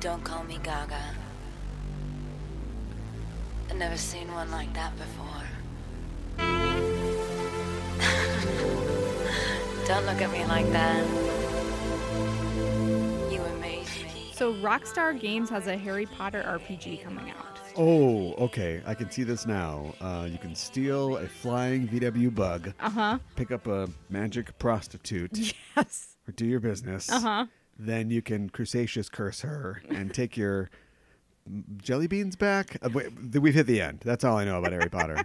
Don't call me Gaga. I've never seen one like that before. Don't look at me like that. You amaze me. So Rockstar Games has a Harry Potter RPG coming out. Oh, okay. I can see this now. Uh, you can steal a flying VW bug, Uh huh. pick up a magic prostitute, Yes. or do your business. Uh huh. Then you can Crusaceous curse her and take your jelly beans back. Uh, wait, th- we've hit the end. That's all I know about Harry Potter.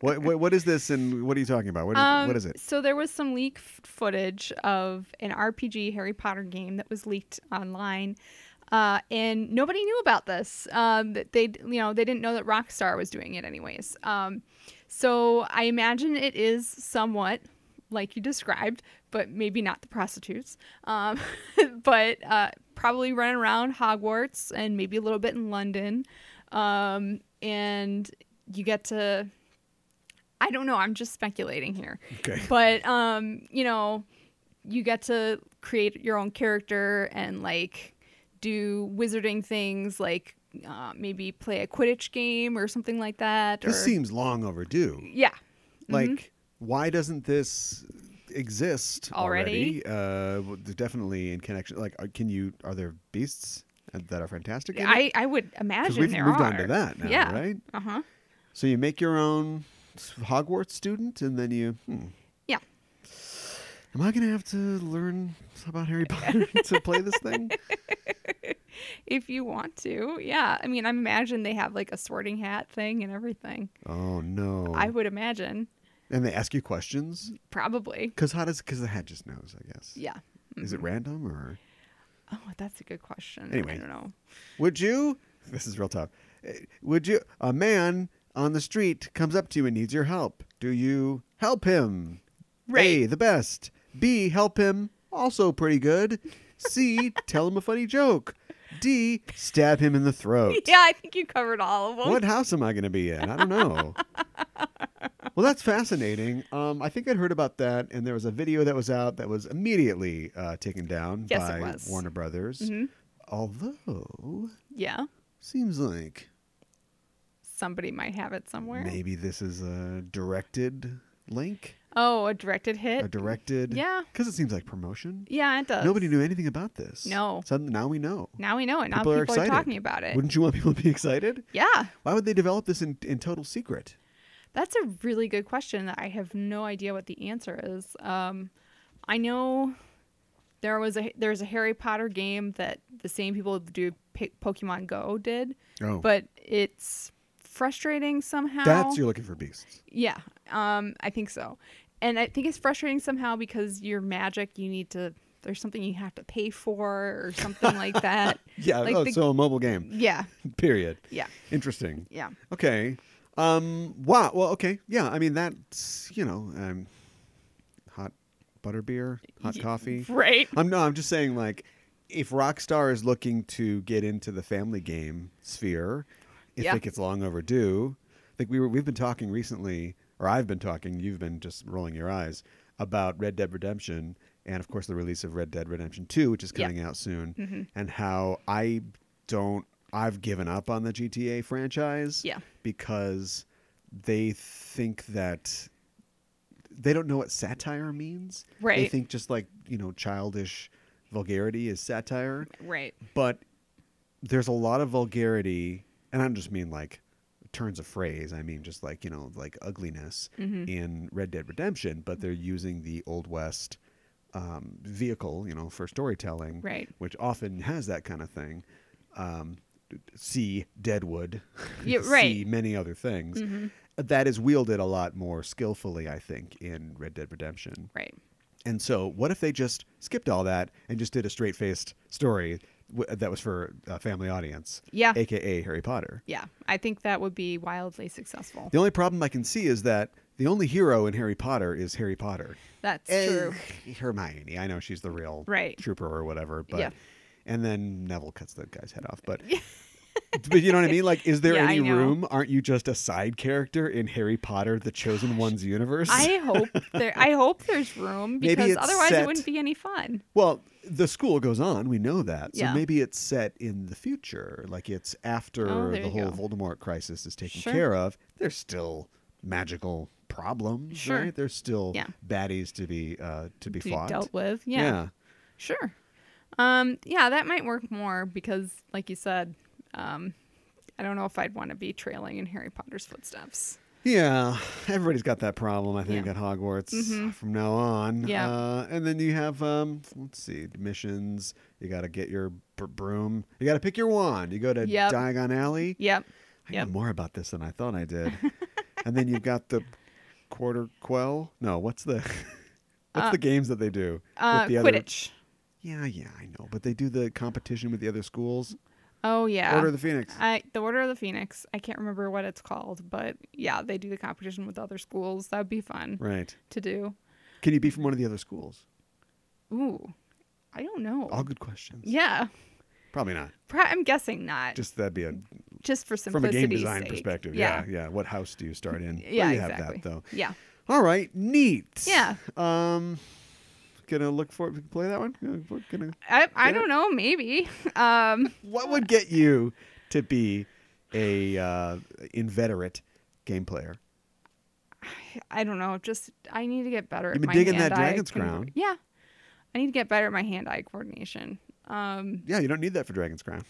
what, what what is this and what are you talking about? What is, what is it? Um, So there was some leak f- footage of an RPG Harry Potter game that was leaked online, uh, and nobody knew about this. Um, that they, you know, they didn't know that Rockstar was doing it, anyways. Um, so I imagine it is somewhat like you described, but maybe not the prostitutes. Um, but uh, probably running around Hogwarts and maybe a little bit in London, um, and you get to. I don't know. I'm just speculating here Okay. but um you know you get to create your own character and like do wizarding things like uh, maybe play a quidditch game or something like that or This seems long overdue. yeah Like, Mm-hmm. why doesn't this exist Already? already? Uh, w- definitely in connection. Like, are- can you? Are there beasts that are fantastic? in it? i i would imagine we've there moved are. on to that now, yeah right? uh-huh So you make your own s- Hogwarts student, and then you. Hmm, yeah am I going to have to learn about Harry Potter to play this thing? if you want to yeah i mean i imagine they have like a sorting hat thing and everything Oh no! i would imagine and they ask you questions probably because how does because the hat just knows, I guess. yeah Mm-hmm. Is it random or oh that's a good question i Anyway. don't know would you? This is real tough. Eh, Would you? A man on the street comes up to you and needs your help. Do you help him? A, Right. the best. B, help him, also pretty good. C, tell him a funny joke. D, stab him in the throat. yeah i think you covered all of them What house am I going to be in? I don't know. well, that's fascinating. Um, I think I'd heard about that, and there was a video that was out that was immediately uh, taken down Yes, it by was. Mm-hmm. Warner Brothers. Although, yeah seems like somebody might have it somewhere. maybe this is a directed link, Oh, a directed hit. a directed. Yeah. Because it seems like promotion. yeah, it does. Nobody knew anything about this. No. Suddenly, now we know. Now we know it. Now People people, are are, excited. talking about it. Wouldn't you want people to be excited? yeah, Why would they develop this in, in total secret? that's a really good question. that I have no idea what the answer is. Um, I know there was a there's a Harry Potter game that the same people who do P- Pokemon Go did, Oh, but it's frustrating somehow. that's you're looking for beasts. Yeah, um, I think so. And I think it's frustrating somehow because your magic, you need to, there's something you have to pay for or something like that. Yeah. Like oh, the- so a mobile game. Yeah, Period. yeah, Interesting. yeah. Okay. Um. Wow. Well. Okay. Yeah. I mean, that's you know, um, hot butter beer, hot Y- coffee. Right. I'm no. I'm just saying, like, if Rockstar is looking to get into the family game sphere, if Yeah. it gets long overdue, like we were, we've been talking recently, or I've been talking. You've been just rolling your eyes about Red Dead Redemption, and of course the release of Red Dead Redemption Two, which is Yeah. Mm-hmm. coming out soon, and how I don't. I've given up on the GTA franchise Yeah. because they think that they don't know what satire means. They Right. think just like, you know, childish vulgarity is satire. Right. But there's a lot of vulgarity, and I don't just mean like turns of phrase, I mean just like, you know, like ugliness Mm-hmm. in Red Dead Redemption, but they're using the Old West um, vehicle, you know, for storytelling, Right. which often has that kind of thing. Um, see Deadwood, Yeah, see right. Mm-hmm. many other things. That is wielded a lot more skillfully, I think, in Red Dead Redemption. Right. And so, what if they just skipped all that and just did a straight faced story w- that was for a family audience? Yeah. AKA Harry Potter. Yeah. I think that would be wildly successful. The only problem I can see is that the only hero in Harry Potter is Harry Potter. That's Eh, true. Hermione. I know she's the real Right. trooper or whatever, but Yeah. and then Neville cuts that guy's head off. But but you know what I mean? Like, is there Yeah, I any know. room? Aren't you just a side character in Harry Potter, the chosen one's universe? I hope there. I hope there's room Maybe because it's otherwise set- it wouldn't be any fun. Well, the school goes on. We know that. So Yeah. maybe it's set in the future. Like it's after Oh, there the you whole Voldemort crisis is taken Sure. care of. There's still magical problems, Sure. right? There's still Yeah. baddies to be uh, to be To be fought. dealt with. yeah. Sure. Um, yeah, that might work more because, like you said, um, I don't know if I'd want to be trailing in Harry Potter's footsteps. Yeah, everybody's got that problem, I think, Yeah. Mm-hmm. at Hogwarts from now on. Yeah. Uh, and then you have, um, let's see, missions. You got to get your br- broom. You got to pick your wand. You go to Yep. Diagon Alley. Yep. I Yep. knew more about this than I thought I did. and then you've got the quarter quell. No, what's the what's the games that they do Uh, the Quidditch. Yeah, yeah, I know. But they do the competition with the other schools. Oh yeah. Order of the Phoenix. I, the Order of the Phoenix. I can't remember what it's called, but yeah, they do the competition with other schools. That'd be fun right. to do. Can you be from one of the other schools? Ooh, I don't know. All good questions. yeah, Probably not. Pro- I'm guessing not. Just, Just that'd be a for from a simplicity. game design perspective. Yeah. Yeah. yeah, What house do you start in? Well, Yeah, you exactly. have that though. Yeah. All right, neat. Yeah. Um, gonna look for it. Play that one. Gonna- we're gonna- I, I Get it? don't know. Maybe. Um, What would get you to be a uh, inveterate game player? I don't know. Just I need to get better. You've at been my digging that hand-eye dragon's crown. Yeah, I need to get better at my hand-eye coordination. Um, Yeah, you don't need that for Dragon's Crown.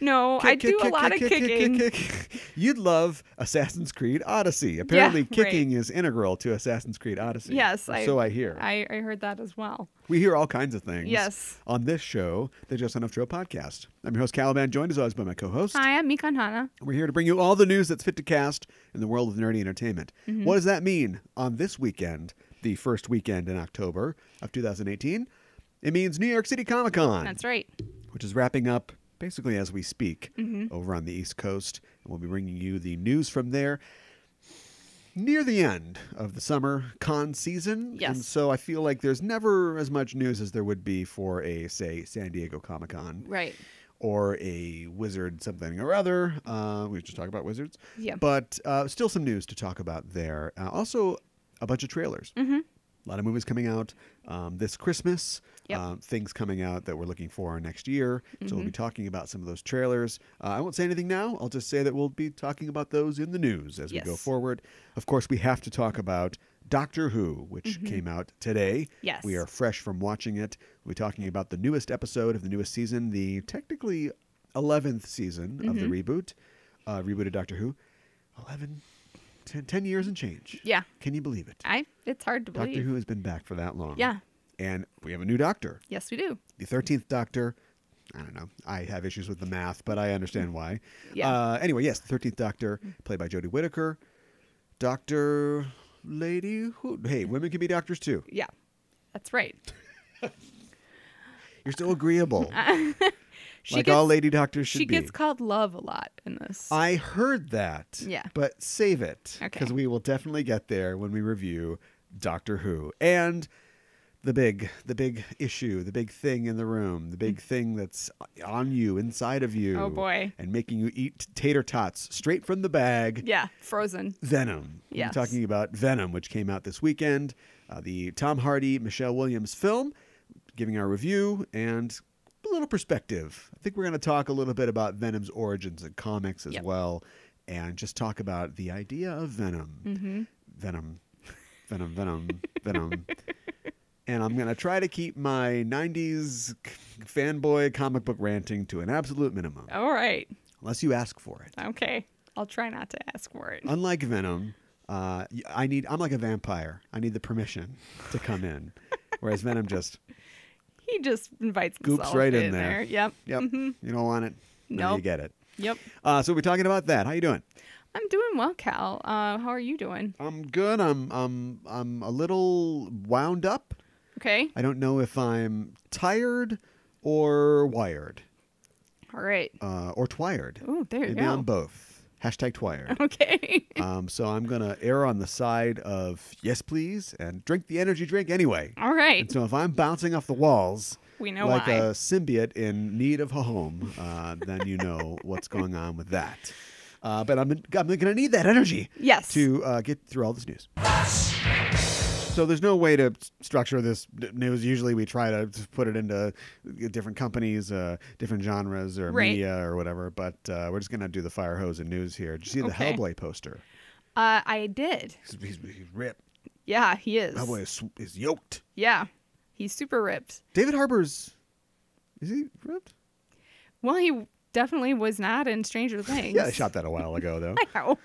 no, I do a lot of kicking. kick. You'd love Assassin's Creed Odyssey. Apparently, right. kicking is integral to Assassin's Creed Odyssey. Yes, Or I- so I hear. I, I heard that as well. We hear all kinds of things. Yes. On this show, the Just Enough Show podcast. I'm your host Caliban, joined as always by my co-host. Hi, I'm Mikan Hana. We're here to bring you all the news that's fit to cast in the world of nerdy entertainment. What does that mean on this weekend, the first weekend in October of 2018? It means New York City Comic Con That's right. which is wrapping up basically as we speak over on the East Coast. And we'll be bringing you the news from there near the end of the summer con season. Yes. And so I feel like there's never as much news as there would be for a, say, San Diego Comic Con Right. or a wizard something or other. Uh, we just talk about wizards. Yeah. But uh, still some news to talk about there. Uh, also, a bunch of trailers. Mm-hmm. A lot of movies coming out um, this Christmas. Yep. Um, things coming out that we're looking for next year. So we'll be Mm-hmm. talking about some of those trailers. Uh, I won't say anything now. I'll just say that we'll be talking about those in the news as we go Yes. forward. Of course, we have to talk about Doctor Who, Mm-hmm. which came out today. Yes. We are fresh from watching it. We'll be talking about the newest episode of the newest season, the technically 11th season of the Mm-hmm. reboot, uh, rebooted Doctor Who. 11, 10, 10 years and change. Yeah. Can you believe it? I. It's hard to believe. Doctor Who has been back for that long. Yeah. And we have a new doctor, Yes, we do. the 13th doctor. I don't know. I have issues with the math, but I understand why. Yeah. Uh, anyway, yes, the 13th doctor, played by Jodie Whittaker. Doctor Lady Who. Hey, women can be doctors too. Yeah. That's right. You're so agreeable. She like gets, all lady doctors should she be. gets called love a lot in this. I heard that. Yeah. But save it. Okay. Because we will definitely get there when we review Doctor Who. And the big the big issue, the big thing in the room, the big thing that's on you, inside of you. Mm. Oh, boy. And making you eat tater tots straight from the bag. yeah. Frozen. Venom. Yes. We're talking about Venom, which came out this weekend, uh, the Tom Hardy, Michelle Williams film, giving our review and a little perspective. I think we're going to talk a little bit about Venom's origins in comics as Yep. well, and just talk about the idea of Venom. Mm. Mm-hmm. Venom, Venom, Venom, Venom. And I'm going to try to keep my 90s c- fanboy comic book ranting to an absolute minimum, All right. unless you ask for it Okay. I'll try not to ask for it. unlike Venom, uh, y- I need I'm like a vampire. I need the permission to come in, whereas Venom just He just invites goops himself right in, there. Yep. Yep. You don't want it. No, Mm-hmm. you Nope. get it. Yep. Uh, so we're talking about that. How you doing? I'm doing well, Cal. Uh, how are you doing? I'm good. I'm I'm I'm a little wound up. Okay. I don't know if I'm tired or wired All right. uh, or twired. Oh, there you Maybe I'm go. both. Hashtag twired. Okay. um, so I'm gonna err on the side of yes, please, and drink the energy drink anyway. All right. And so if I'm bouncing off the walls, We know like why. a symbiote in need of a home, uh, then you know what's going on with that. Uh, but I'm, I'm going to need that energy Yes. to uh, get through all this news. So there's no way to s- structure this d- news. Usually we try to s- put it into different companies, uh, different genres, or Right. media, or whatever. But uh, we're just going to do the fire hose and news here. Did you see the Okay. Hellboy poster? Uh, I did. He's, he's, he's ripped. Yeah, he is. Hellboy is, sw- is yoked. Yeah, he's super ripped. David Harbour's is he ripped? Well, he definitely was not in Stranger Things. Yeah, they shot that a while ago though. Ow.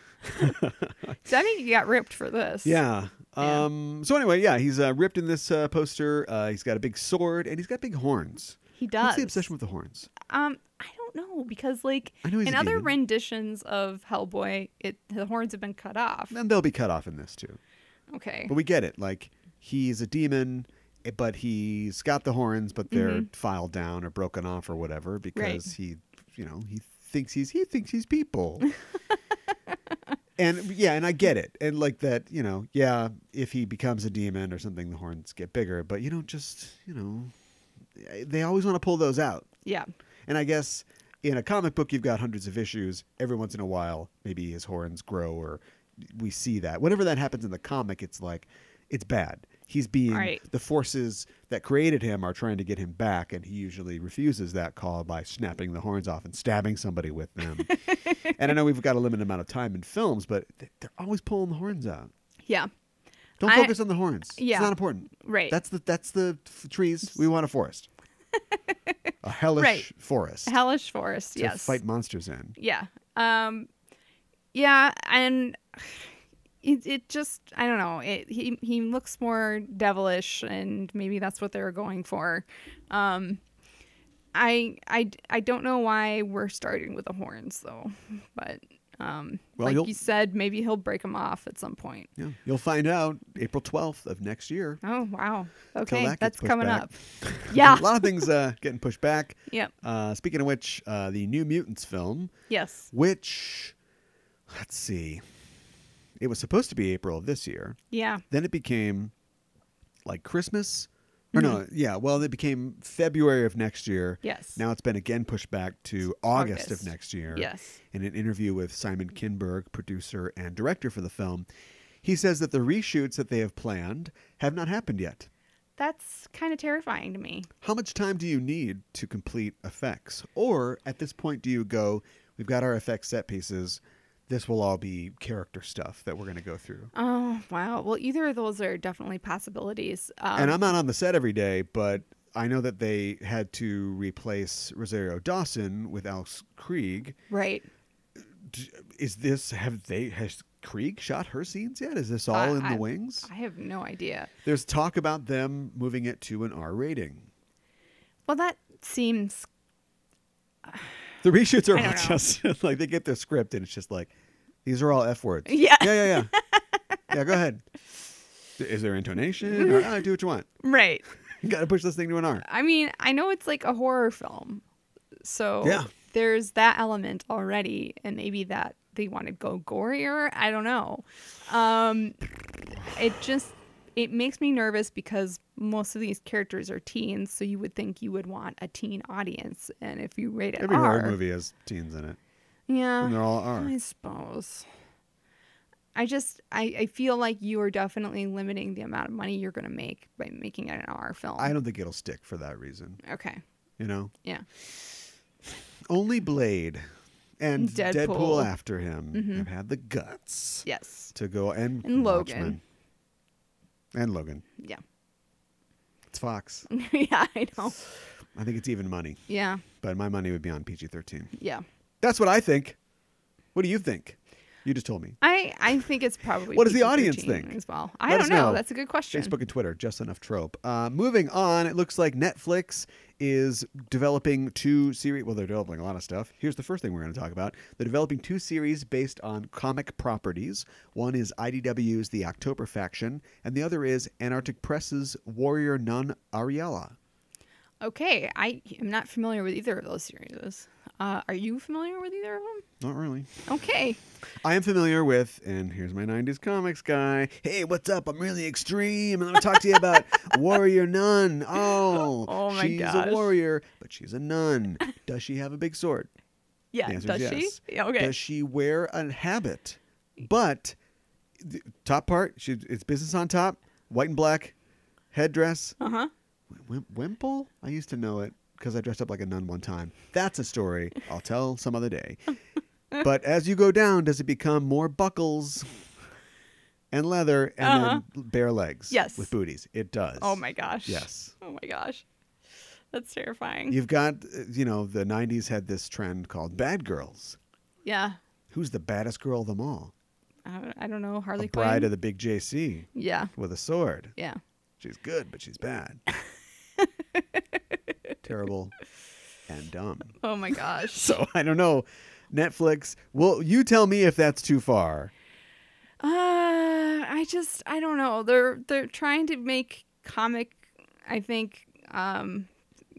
so I think he got ripped for this. Yeah. Yeah. Um, So anyway, yeah, he's uh, ripped in this uh, poster. Uh, he's got a big sword and he's got big horns. he does. What's the obsession with the horns? Um, I don't know because like I know he's in a other demon. renditions of Hellboy, it the horns have been cut off. And they'll be cut off in this too. Okay. But we get it. Like he's a demon, eh, but he's got the horns, but they're filed down or broken off or whatever because he, you know, he thinks he's he thinks he's people. and yeah, and I get it. And like that, you know, yeah, if he becomes a demon or something, the horns get bigger. But you don't just, you know, eh, they always want to pull those out. Yeah. And I guess in a comic book, you've got hundreds of issues. Every once in a while, maybe his horns grow or we see that. Whenever that happens in the comic, it's like, it's bad. He's being, Right. the forces that created him are trying to get him back, and he usually refuses that call by snapping the horns off and stabbing somebody with them. and I know we've got a limited amount of time in films, but th- they're always pulling the horns out. Yeah. Don't I- focus on the horns. Yeah. It's not important. Right. That's the that's the f- trees. We want a forest. a hellish Right. forest Hellish Forest. to yes. fight monsters in. Yeah. Um yeah, and it, it just I don't know. It he he looks more devilish and maybe that's what they were going for. Um I I I don't know why we're starting with the horns though. But um Well, like you'll- you said maybe he'll break them off at some point. Yeah, you'll find out April twelfth of next year. Oh, wow. Okay, that gets that's pushed coming back. up. Yeah. a lot of things uh, getting pushed back. Yep. Uh, speaking of which, uh, the New Mutants film, Yes. which let's see, it was supposed to be April of this year. Yeah. Then it became like Christmas. Or no, Mm-hmm. yeah. Well, it became February of next year. Yes. Now it's been again pushed back to August, of August. next year. Yes. In an interview with Simon Kinberg, producer and director for the film, he says that the reshoots that they have planned have not happened yet. That's kind of terrifying to me. How much time do you need to complete effects? Or at this point, do you go, we've got our effects set pieces, this will all be character stuff that we're going to go through? Oh wow! Well, either of those are definitely possibilities. Um, and I'm not on the set every day, but I know that they had to replace Rosario Dawson with Alex Krieg. right. D- Is this have they has Krieg shot her scenes yet? Is this all I- in I- the wings? I have no idea. There's talk about them moving it to an R rating. Well, that seems The reshoots are I don't all know. just like they get their script and it's just like these are all F words. Yeah. Yeah, yeah, yeah. yeah, go ahead. Is there intonation? Or, "Ah, do what you want. right. You got to push this thing to an R. I mean, I know it's like a horror film, so Yeah. there's that element already, and maybe that they want to go gorier. I don't know. Um, it just it makes me nervous because most of these characters are teens, so you would think you would want a teen audience, and if you rate it Every R, horror movie has teens in it, yeah, and they're all R. I suppose. I just I, I feel like you are definitely limiting the amount of money you're going to make by making it an R film. I don't think it'll stick for that reason. okay. You know, Yeah. only Blade and Deadpool, Deadpool. after him have had the guts Yes. to go and, And Logan. Watchmen. and Logan. Yeah. It's Fox. yeah, I know. I think it's even money, Yeah. but my money would be on PG thirteen. Yeah. That's what I think. What do you think? You just told me. I I think it's probably What does the audience PG-13 think? as well? I Let us don't know. know. That's a good question. Facebook and Twitter, just enough trope. Uh, moving on, it looks like Netflix is developing two series. Well, they're developing a lot of stuff. Here's the first thing we're going to talk about. They're developing two series based on comic properties. One is IDW's The October Faction, and the other is Antarctic Press's Warrior Nun Ariella. Okay, I am not familiar with either of those series. Uh, are you familiar with either of them? Not really. Okay. I am familiar with, and here's my 90s comics guy. Hey, what's up? I'm really extreme, and I'm going to talk to you about Warrior Nun. Oh, Oh my she's gosh. a warrior, but she's a nun. Does she have a big sword? Yeah. The answer Does is she? yes. Yeah. Okay. Does she wear a habit? But the top part, she, it's business on top, white and black, headdress, Uh huh. Wim- Wimple? I used to know it because I dressed up like a nun one time. That's a story I'll tell some other day. But as you go down, does it become more buckles and leather and then bare legs? Uh-huh. Yes. With booties. It does. Oh my gosh. Yes. Oh my gosh. That's terrifying. You've got, uh, you know, the 90s had this trend called bad girls. yeah. Who's the baddest girl of them all? I don't, I don't know. Harley a bride Quinn. of the big JC yeah. with a sword. Yeah. She's good, but she's bad. Terrible and dumb. Oh my gosh. So I don't know. Netflix. Well, you tell me if that's too far. Uh, I just I don't know. They're they're trying to make comic. I think um,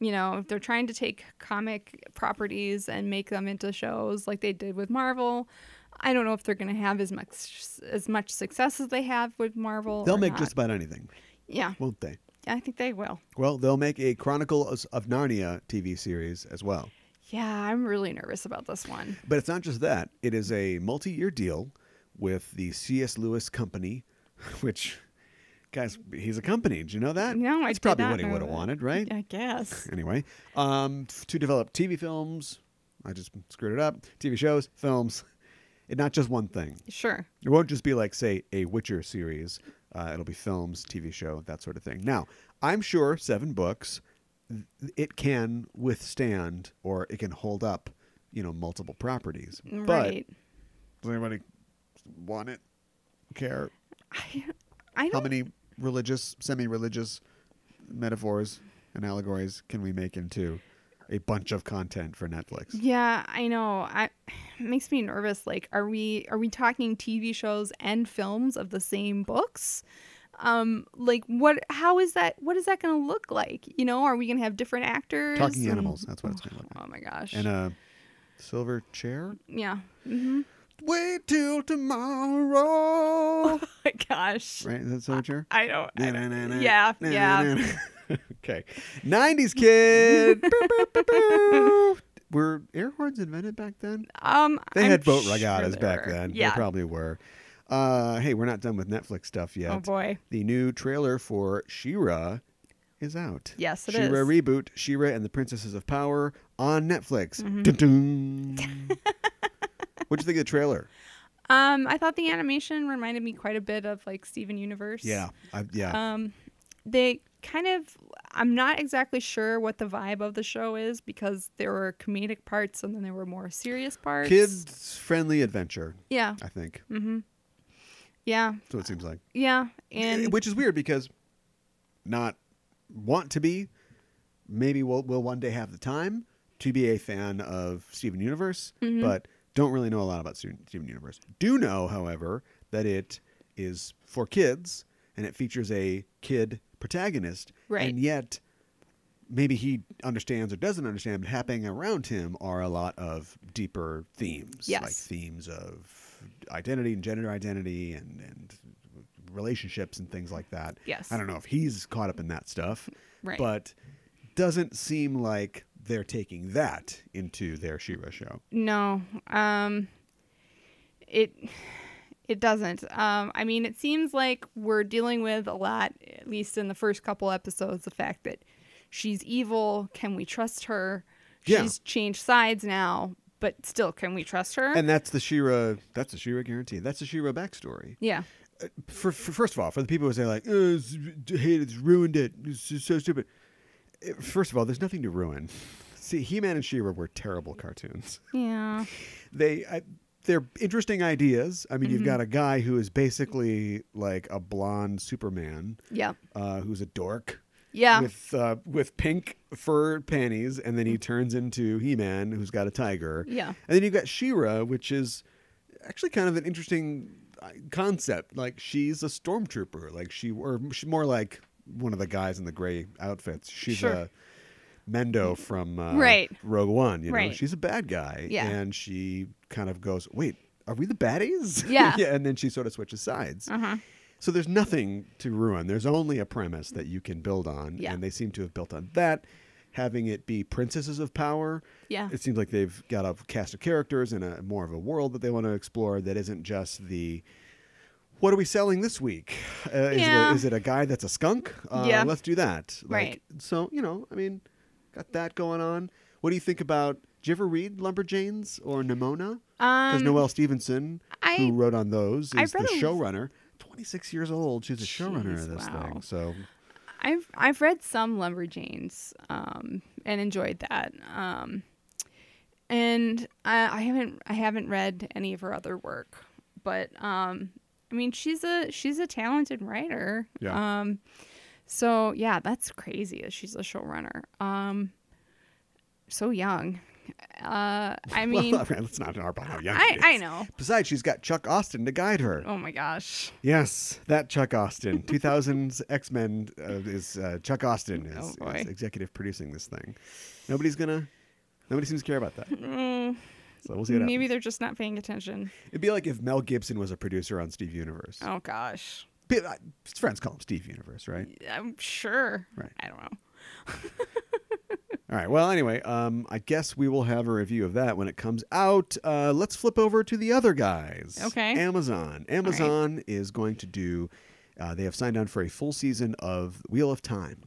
you know they're trying to take comic properties and make them into shows like they did with Marvel. I don't know if they're going to have as much as much success as they have with Marvel. They'll or make not. just about anything, yeah. won't they? I think they will. Well, they'll make a Chronicle of of Narnia TV series as well. Yeah, I'm really nervous about this one. But it's not just that. It is a multi-year deal with the C.S. Lewis company, which, guys, he's a company. Did you know that? No, I That's did probably not what he know would have that. wanted, right? I guess. Anyway, um, f- to develop TV films, I just screwed it up. TV shows, films, and not just one thing. Sure. It won't just be like, say, a Witcher series. Uh, it'll be films, TV show, that sort of thing. Now, I'm sure seven books, th- it can withstand or it can hold up, you know, multiple properties. Mm, right. But does anybody want it? Care? I, I How don't many religious, semi-religious metaphors and allegories can we make into a bunch of content for Netflix? Yeah, I know. I it makes me nervous. Like, are we are we talking TV shows and films of the same books? Um, like what? How is that? What is that going to look like? You know, are we going to have different actors? Talking and- animals. That's what it's going to look like. Oh my gosh. And uh, a silver chair. yeah. Mm-hmm. Wait till tomorrow. Oh my gosh. right? Is that so true? I don't. I don't Na-na-na-na, yeah. Yeah. na-na-na-na. okay. 90s kid. Boop, boop, boop, boop. Were air horns invented back then? Um, They I'm had boat sure regattas they back were. then. Yeah. They probably were. Uh, hey, we're not done with Netflix stuff yet. oh boy. The new trailer for She-Ra is out. Yes, it is. She-Ra reboot, She-Ra and the Princesses of Power on Netflix. Mm-hmm. Dun-dun. What'd you think of the trailer? Um, I thought the animation reminded me quite a bit of like Steven Universe. Yeah, I, yeah. um they kind of i'm not exactly sure what the vibe of the show is because there were comedic parts and then there were more serious parts Kids friendly adventure, yeah Mm-hmm. I think. yeah So it seems like. yeah and Eh, which is weird because not want to be maybe we'll, we'll one day have the time to be a fan of steven universe Mm-hmm. but don't really know a lot about steven Steven universe do know however that it is for kids and it features a kid protagonist Right. and yet maybe he understands or doesn't understand but happening around him are a lot of deeper themes like Yes. themes of identity and gender identity and, and relationships and things like that. Yes. I don't know if he's caught up in that stuff, Right. but doesn't seem like they're taking that into their Shira show. no um it it doesn't um i mean it seems like we're dealing with a lot at least in the first couple episodes the fact that she's evil can we trust her Yeah. she's changed sides now but still can we trust her And that's the Shira. That's the Shira guarantee. That's the Shira backstory. yeah For, for first of all, for the people who say like, oh, it's, "Hate it's ruined it. It's just so stupid." Eh, First of all, there's nothing to ruin. See, He-Man and She-Ra were terrible cartoons. yeah they I, they're interesting ideas. I mean, Mm-hmm. you've got a guy who is basically like a blonde Superman, yeah uh, who's a dork yeah with uh, with pink fur panties, and then he turns into He Man, who's got a tiger. Yeah. and then you've got Shira, which is actually kind of an interesting uh, concept. Like she's a stormtrooper, like she or she's more like one of the guys in the gray outfits. She's Sure. a Mendo from uh, Right. Rogue One. You know, Right. she's a bad guy, Yeah. and she kind of goes, "Wait, are we the baddies?" Yeah. yeah, and then she sort of switches sides. Uh-huh. So there's nothing to ruin. There's only a premise that you can build on, Yeah. and they seem to have built on that. Having it be princesses of power, Yeah. it seems like they've got a cast of characters and a more of a world that they want to explore that isn't just the. What are we selling this week? Uh, is, it Yeah. a, is it a guy that's a skunk? Uh, Yeah. Let's do that. Like, Right. So you know, I mean, got that going on. What do you think about? Did you ever read Lumberjanes or Nimona? Because Um, Noelle Stevenson, I- who wrote on those, I is the read a- showrunner. 26 years old, she's a showrunner of Jeez, this wow. thing. So I've I've read some Lumberjanes um, and enjoyed that. Um, and I, I haven't I haven't read any of her other work, but um, I mean she's a she's a talented writer. Yeah. Um, so yeah, that's crazy. that She's a showrunner. Um, so young. Uh, I mean, well, let's not harp on how young she I is. I know. Besides, she's got Chuck Austin to guide her. Oh my gosh. Yes, that Chuck Austin, 2000's X Men uh, is uh, Chuck Austin Oh, is, boy. is executive producing this thing. Nobody's gonna, nobody seems to care about that. Mm, So we'll see. What maybe Maybe they're just not paying attention. it'd be like if Mel Gibson was a producer on Steve Universe. Oh gosh. Pe- uh, His friends call him Steve Universe, right? I'm sure. Right. I don't know. All right. Well, anyway, um, I guess we will have a review of that when it comes out. Uh, let's flip over to the other guys. Okay. Amazon. Amazon is going to do. Uh, they have signed on for a full season of Wheel of Time.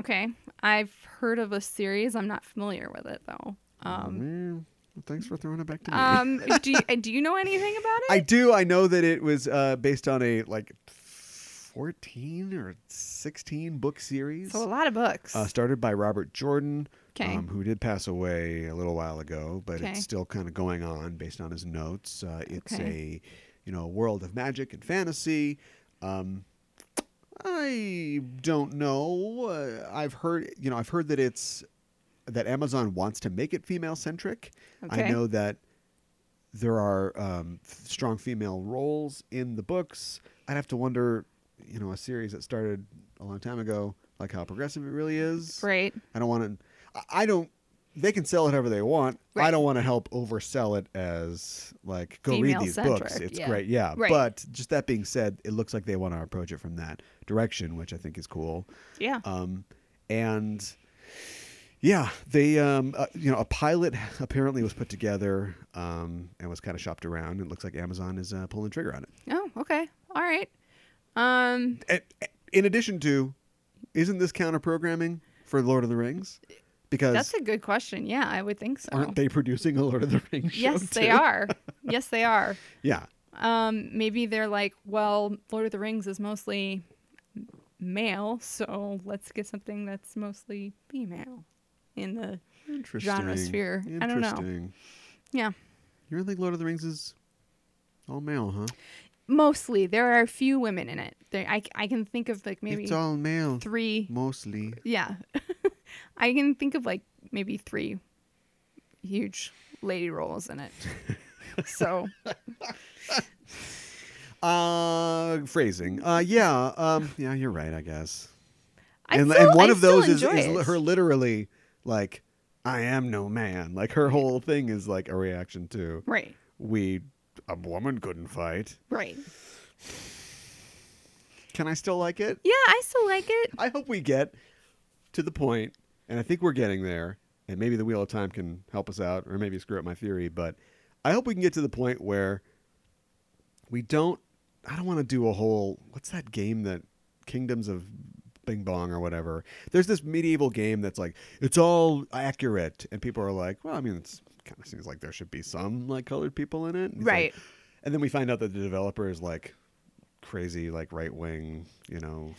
Okay. I've heard of a series. I'm not familiar with it though. Um, Mm, thanks for throwing it back to me. um do you, uh, do you know anything about it? I do. I know that it was uh, based on a like fourteen or sixteen book series. so a lot of books. Uh, started by Robert Jordan, 'Kay. um, who did pass away a little while ago, but 'Kay. it's still kind of going on based on his notes. Uh, it's Okay. a you know a world of magic and fantasy. Um, I don't know. Uh, I've heard you know I've heard that it's that Amazon wants to make it female centric. I Okay. know that there are um, f- strong female roles in the books. I'd have to wonder, you know, a series that started a long time ago, like how progressive it really is. right. I don't want to. I don't. They can sell it however they want. I Right. don't want to help oversell it as like go read these books. Female-centric, It's yeah. great, yeah. Right. But just that being said, it looks like they want to approach it from that direction, which I think is cool. Yeah. Um, and yeah, they um, uh, you know a pilot apparently was put together um, and was kind of shopped around. It looks like Amazon is uh, pulling the trigger on it. oh, okay. All right. Um And, in addition to, isn't this counter programming for Lord of the Rings? Because that's a good question. Yeah, I would think so. aren't they producing a Lord of the Rings? show yes, they too? are. yes, they are. Yeah, Um maybe they're like, well, Lord of the Rings is mostly male, so let's get something that's mostly female in the interesting. sphere. Interesting. I don't know. Yeah. You really think Lord of the Rings is all male, huh? mostly there are a few women in it there, I, I can think of like maybe It's all male, three mostly. yeah i can think of like maybe three huge lady roles in it so Uh, phrasing. Uh, yeah. Um, yeah, you're right. I guess. I and, still- and one I of those still is, enjoy is it. li- her literally like, I am no man. Like her whole thing is like a reaction to right we a woman couldn't fight. right Can I still like it? yeah i still like it I hope we get to the point, and I think we're getting there. And maybe the Wheel of Time can help us out, or maybe screw up my theory. But I hope we can get to the point where we don't. I don't want to do a whole. What's that game that Kingdoms of Bing Bong or whatever? There's this medieval game that's like it's all accurate, and people are like, well, I mean, it's kind of seems like there should be some like colored people in it, And he's like- Right. and then we find out that the developer is like crazy, like right wing, you know,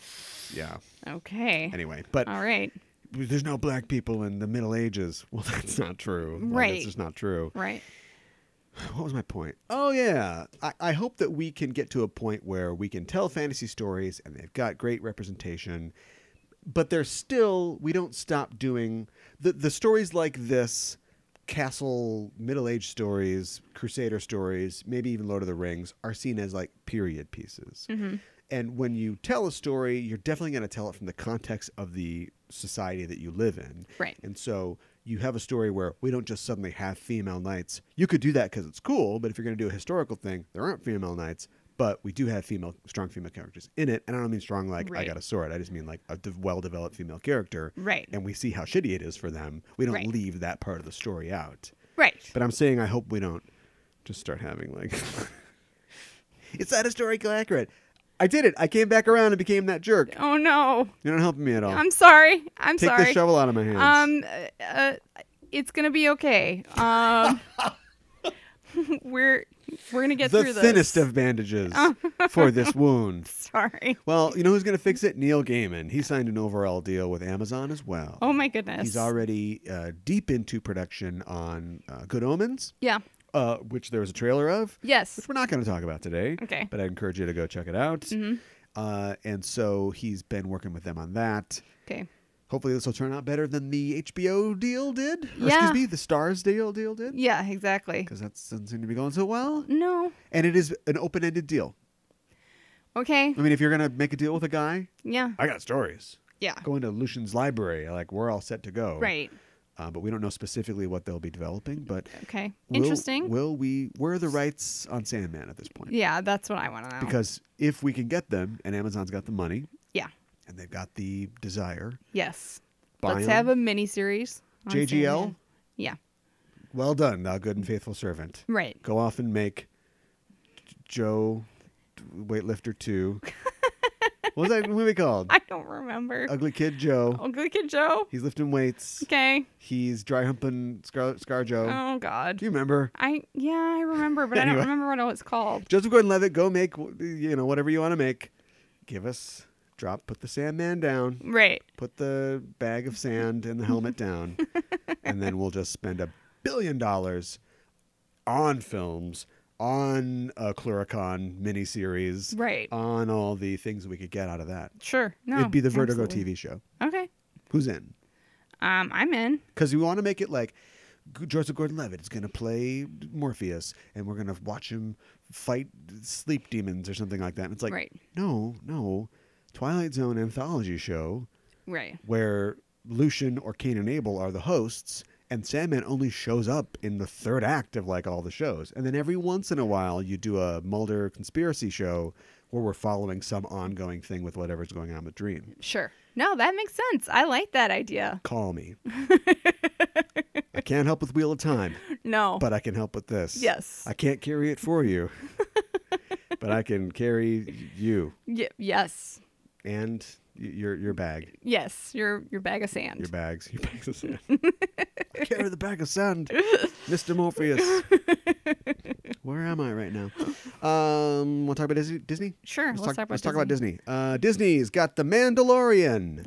yeah okay anyway but all right there's no black people in the middle ages well that's not true Like, Right. it's just not true right what was my point oh yeah I, I hope that we can get to a point where we can tell fantasy stories and they've got great representation but they're still we don't stop doing the, the stories like this castle middle age stories crusader stories maybe even lord of the rings are seen as like period pieces And when you tell a story, you're definitely going to tell it from the context of the society that you live in. Right. And so you have a story where we don't just suddenly have female knights. You could do that because it's cool, but if you're going to do a historical thing, there aren't female knights. But we do have female, strong female characters in it, and I don't mean strong like I Right. got a sword. I just mean like a de- well-developed female character, Right. And we see how shitty it is for them. We don't Right. leave that part of the story out. Right. But I'm saying I hope we don't just start having like it's not historically accurate. I did it. I came back around and became that jerk. oh no. You're not helping me at all. I'm sorry. I'm Oh. Take sorry. the shovel out of my hands. Um, uh, uh, it's gonna be okay. Um, we're we're gonna get the through thinnest this. of bandages for this wound. Sorry. Well, you know who's going to fix it? Neil Gaiman. He signed an overall deal with Amazon as well. Oh my goodness. He's already uh, deep into production on uh, Good Omens, Yeah. uh, which there was a trailer of. Yes. which we're not going to talk about today. Okay. Mm-hmm. But I encourage you to go check it out. Uh, and so he's been working with them on that. Okay. Hopefully, this will turn out better than the HBO deal did. Or Yeah. Excuse me, the Stars deal deal did. Yeah. Exactly. Because that doesn't seem to be going so well. No. And it is an open ended deal. Okay. I mean, if you're going to make a deal with a guy, Yeah. I got stories. Yeah. Go into Lucian's library. Like, we're all set to go. Right. Uh, but we don't know specifically what they'll be developing. But Okay. will- Interesting. Will we, where are the rights on Sandman at this point? yeah. That's what I want to know. Because if we can get them, and Amazon's got the money, yeah. and they've got the desire. Yes. Buy Let's 'em. have a mini series. JGL? Yeah. Well done, thou good and faithful servant. Right. Go off and make J- Joe Weightlifter 2. what was that movie called? I don't remember. Ugly Kid Joe. Oh, good kid Joe. He's lifting weights. Okay. He's dry humping Scar, Scar Joe. Oh God. Do you remember? I yeah, I remember, but I Anyway. don't remember what it was called. Joseph Gordon-Levitt, go make w- you know whatever you want to make. Give us drop, put the Sandman down. Right. put the bag of sand and the helmet down, and then we'll just spend a billion dollars on films, on a Cluricon miniseries, Right. on all the things we could get out of that. Sure. No. Um, It'd be the Vertigo absolutely. TV show. Okay. Who's in? Um, I'm in. Because we want to make it like G- Joseph Gordon-Levitt is going to play Morpheus, and we're going to watch him fight sleep demons or something like that. And it's like, Right. no, no, Twilight Zone anthology show Right. where Lucian or Cain and Abel are the hosts, and Sandman only shows up in the third act of like all the shows. And then every once in a while, you do a Mulder conspiracy show where we're following some ongoing thing with whatever's going on with Dream. Sure. No, that makes sense. I like that idea. Call me. I can't help with Wheel of Time, No. but I can help with this. Yes. I can't carry it for you, but I can carry you Y- yes. and y- your your bag, Yes. Your your bag of sand. your bags, your bags of sand. I carry the bag of sand. Mr. Morpheus. Where am I right now? Um, want to talk about Disney? Disney? Sure. Let's, talk, about let's talk about Disney. Uh, Disney's got The Mandalorian.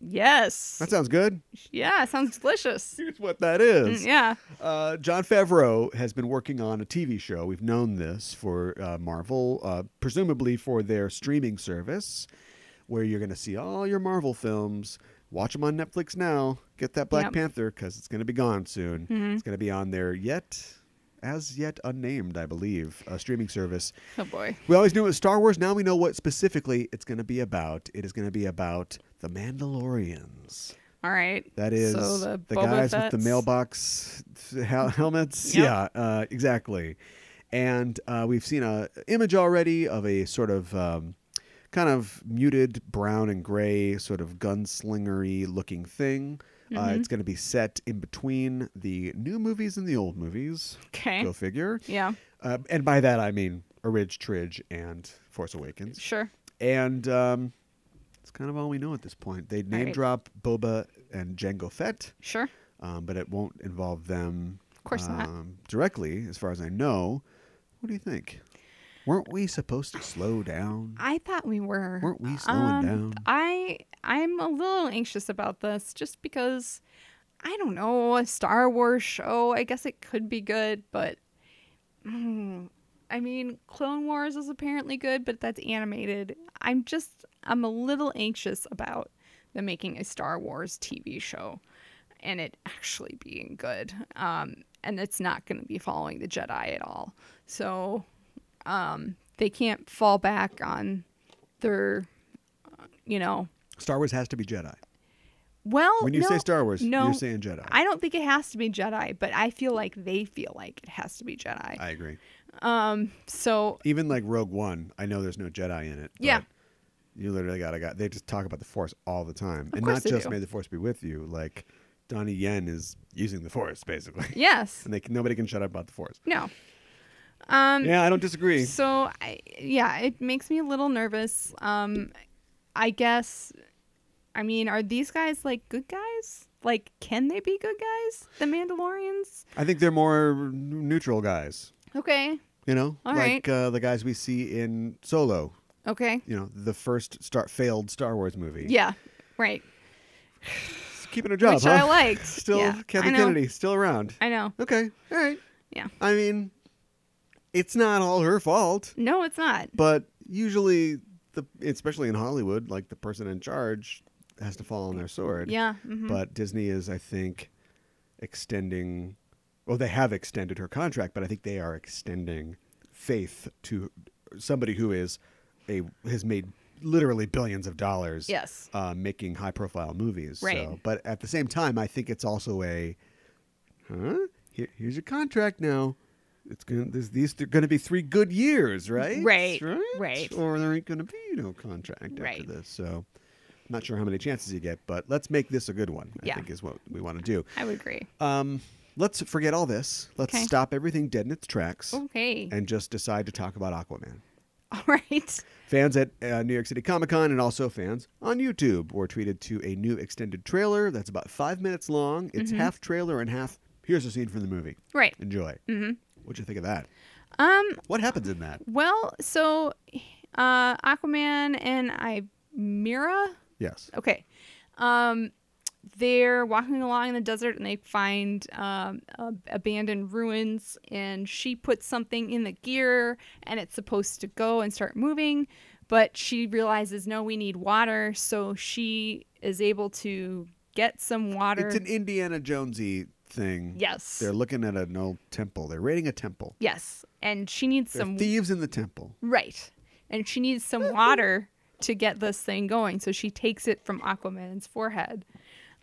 Yes. That sounds good. yeah. Sounds delicious. Here's what that Mm, is. yeah. Uh, John Favreau has been working on a TV show. We've known this for uh, Marvel, uh, presumably for their streaming service, where you're going to see all your Marvel films. Watch them on Netflix now. Get that Black Yep. Panther because it's going to be gone soon. It's going to be on their yet, as yet unnamed, I believe, uh, streaming service. Oh boy. We always knew it was Star Wars. Now we know what specifically it's going to be about. It is going to be about the Mandalorians. All right. That is so the, the, Boba guys with Fett's- the mailbox hel- helmets. Yep. Yeah, uh, exactly. And uh, we've seen a image already of a sort of um, kind of muted brown and gray, sort of gunslingery looking thing. Uh, Mm-hmm. it's going to be set in between the new movies and the old movies. Okay. Go figure. Yeah. Uh, and by that I mean Ridge, Tridge, and Force Awakens. Sure. And um, it's kind of all we know at this point. They name right. drop Boba and Jango Fett, Sure. um, but it won't involve them. Of course not. Directly, as far as I know. What do you think? Weren't we supposed to slow down? I thought we were. um, Weren't we slowing down? I I'm a little anxious about this just because I don't know a Star Wars show. I guess it could be good, but mm, I mean, Clone Wars is apparently good, but that's animated. I'm just I'm a little anxious about them making a Star Wars TV show and it actually being good. Um, and it's not going to be following the Jedi at all. So um, they can't fall back on they're, uh, you know, Star Wars has to be Jedi. well. When you Oh, no- say Star Wars, no, you're saying Jedi. I don't think it has to be Jedi, but I feel like they feel like it has to be Jedi. Um, I agree. so Even like Rogue One, I know there's no Jedi in it. Yeah. but You literally got a guy. They just talk about the Force all the time, and course not they just do. may the Force be with you. Like Donnie Yen is using the Force basically, yes, and they can, nobody can shut up about the Force. no. Um, Yeah, I don't disagree. So I, yeah, it makes me a little nervous. Um, I guess. I mean, are these guys like good guys? Like, can they be good guys? The Mandalorians. I think they're more n- neutral guys. Okay. You know, All like uh, the guys we see in Solo. Okay. You know, the first star- failed Star Wars movie. Yeah. Right. She's keeping her job. Which huh? I liked. still Yeah, Kathy I know. Kennedy, still around. I know. Okay, all right. Yeah. I mean, it's not all her fault, No, it's not. but usually, the especially in Hollywood, like the person in charge has to fall on their sword. Yeah. mhm. But Disney is, I think, extending. Well, they have extended her contract, but I think they are extending faith to somebody who is a has made literally billions of dollars Yes. uh, making high profile movies. So, Right. but at the same time, I think it's also a, huh? Here, here's your contract now. It's gonna there's, these are gonna be three good years, right? Right, right, right. Or there ain't gonna be no contract after Right. this. So, not sure how many chances you get, but let's make this a good one. I Yeah. think is what we want to do. I would agree. Um, let's forget all this. Let's Okay. Oh. stop everything dead in its tracks Okay. and just decide to talk about Aquaman All right. fans at uh, New York City Comic Con and also fans on YouTube were treated to a new extended trailer that's about five minutes long. It's Mm-hmm. half trailer and half here's a scene from the movie. Right. Enjoy. Mm-hmm. What'd you think of that? Um. What happens in that? Well, so, uh, Aquaman and I, Mira. Yes. Okay. Um, they're walking along in the desert and they find um, a- abandoned ruins, and she puts something in the gear and it's supposed to go and start moving. But she realizes, no, we need water. So she is able to get some water. It's an Indiana Jonesy thing. yes. They're looking at an old temple. They're raiding a temple. Yes. And she needs There are some. thieves in the temple. Right. And she needs some water to get this thing going. So she takes it from Aquaman's forehead.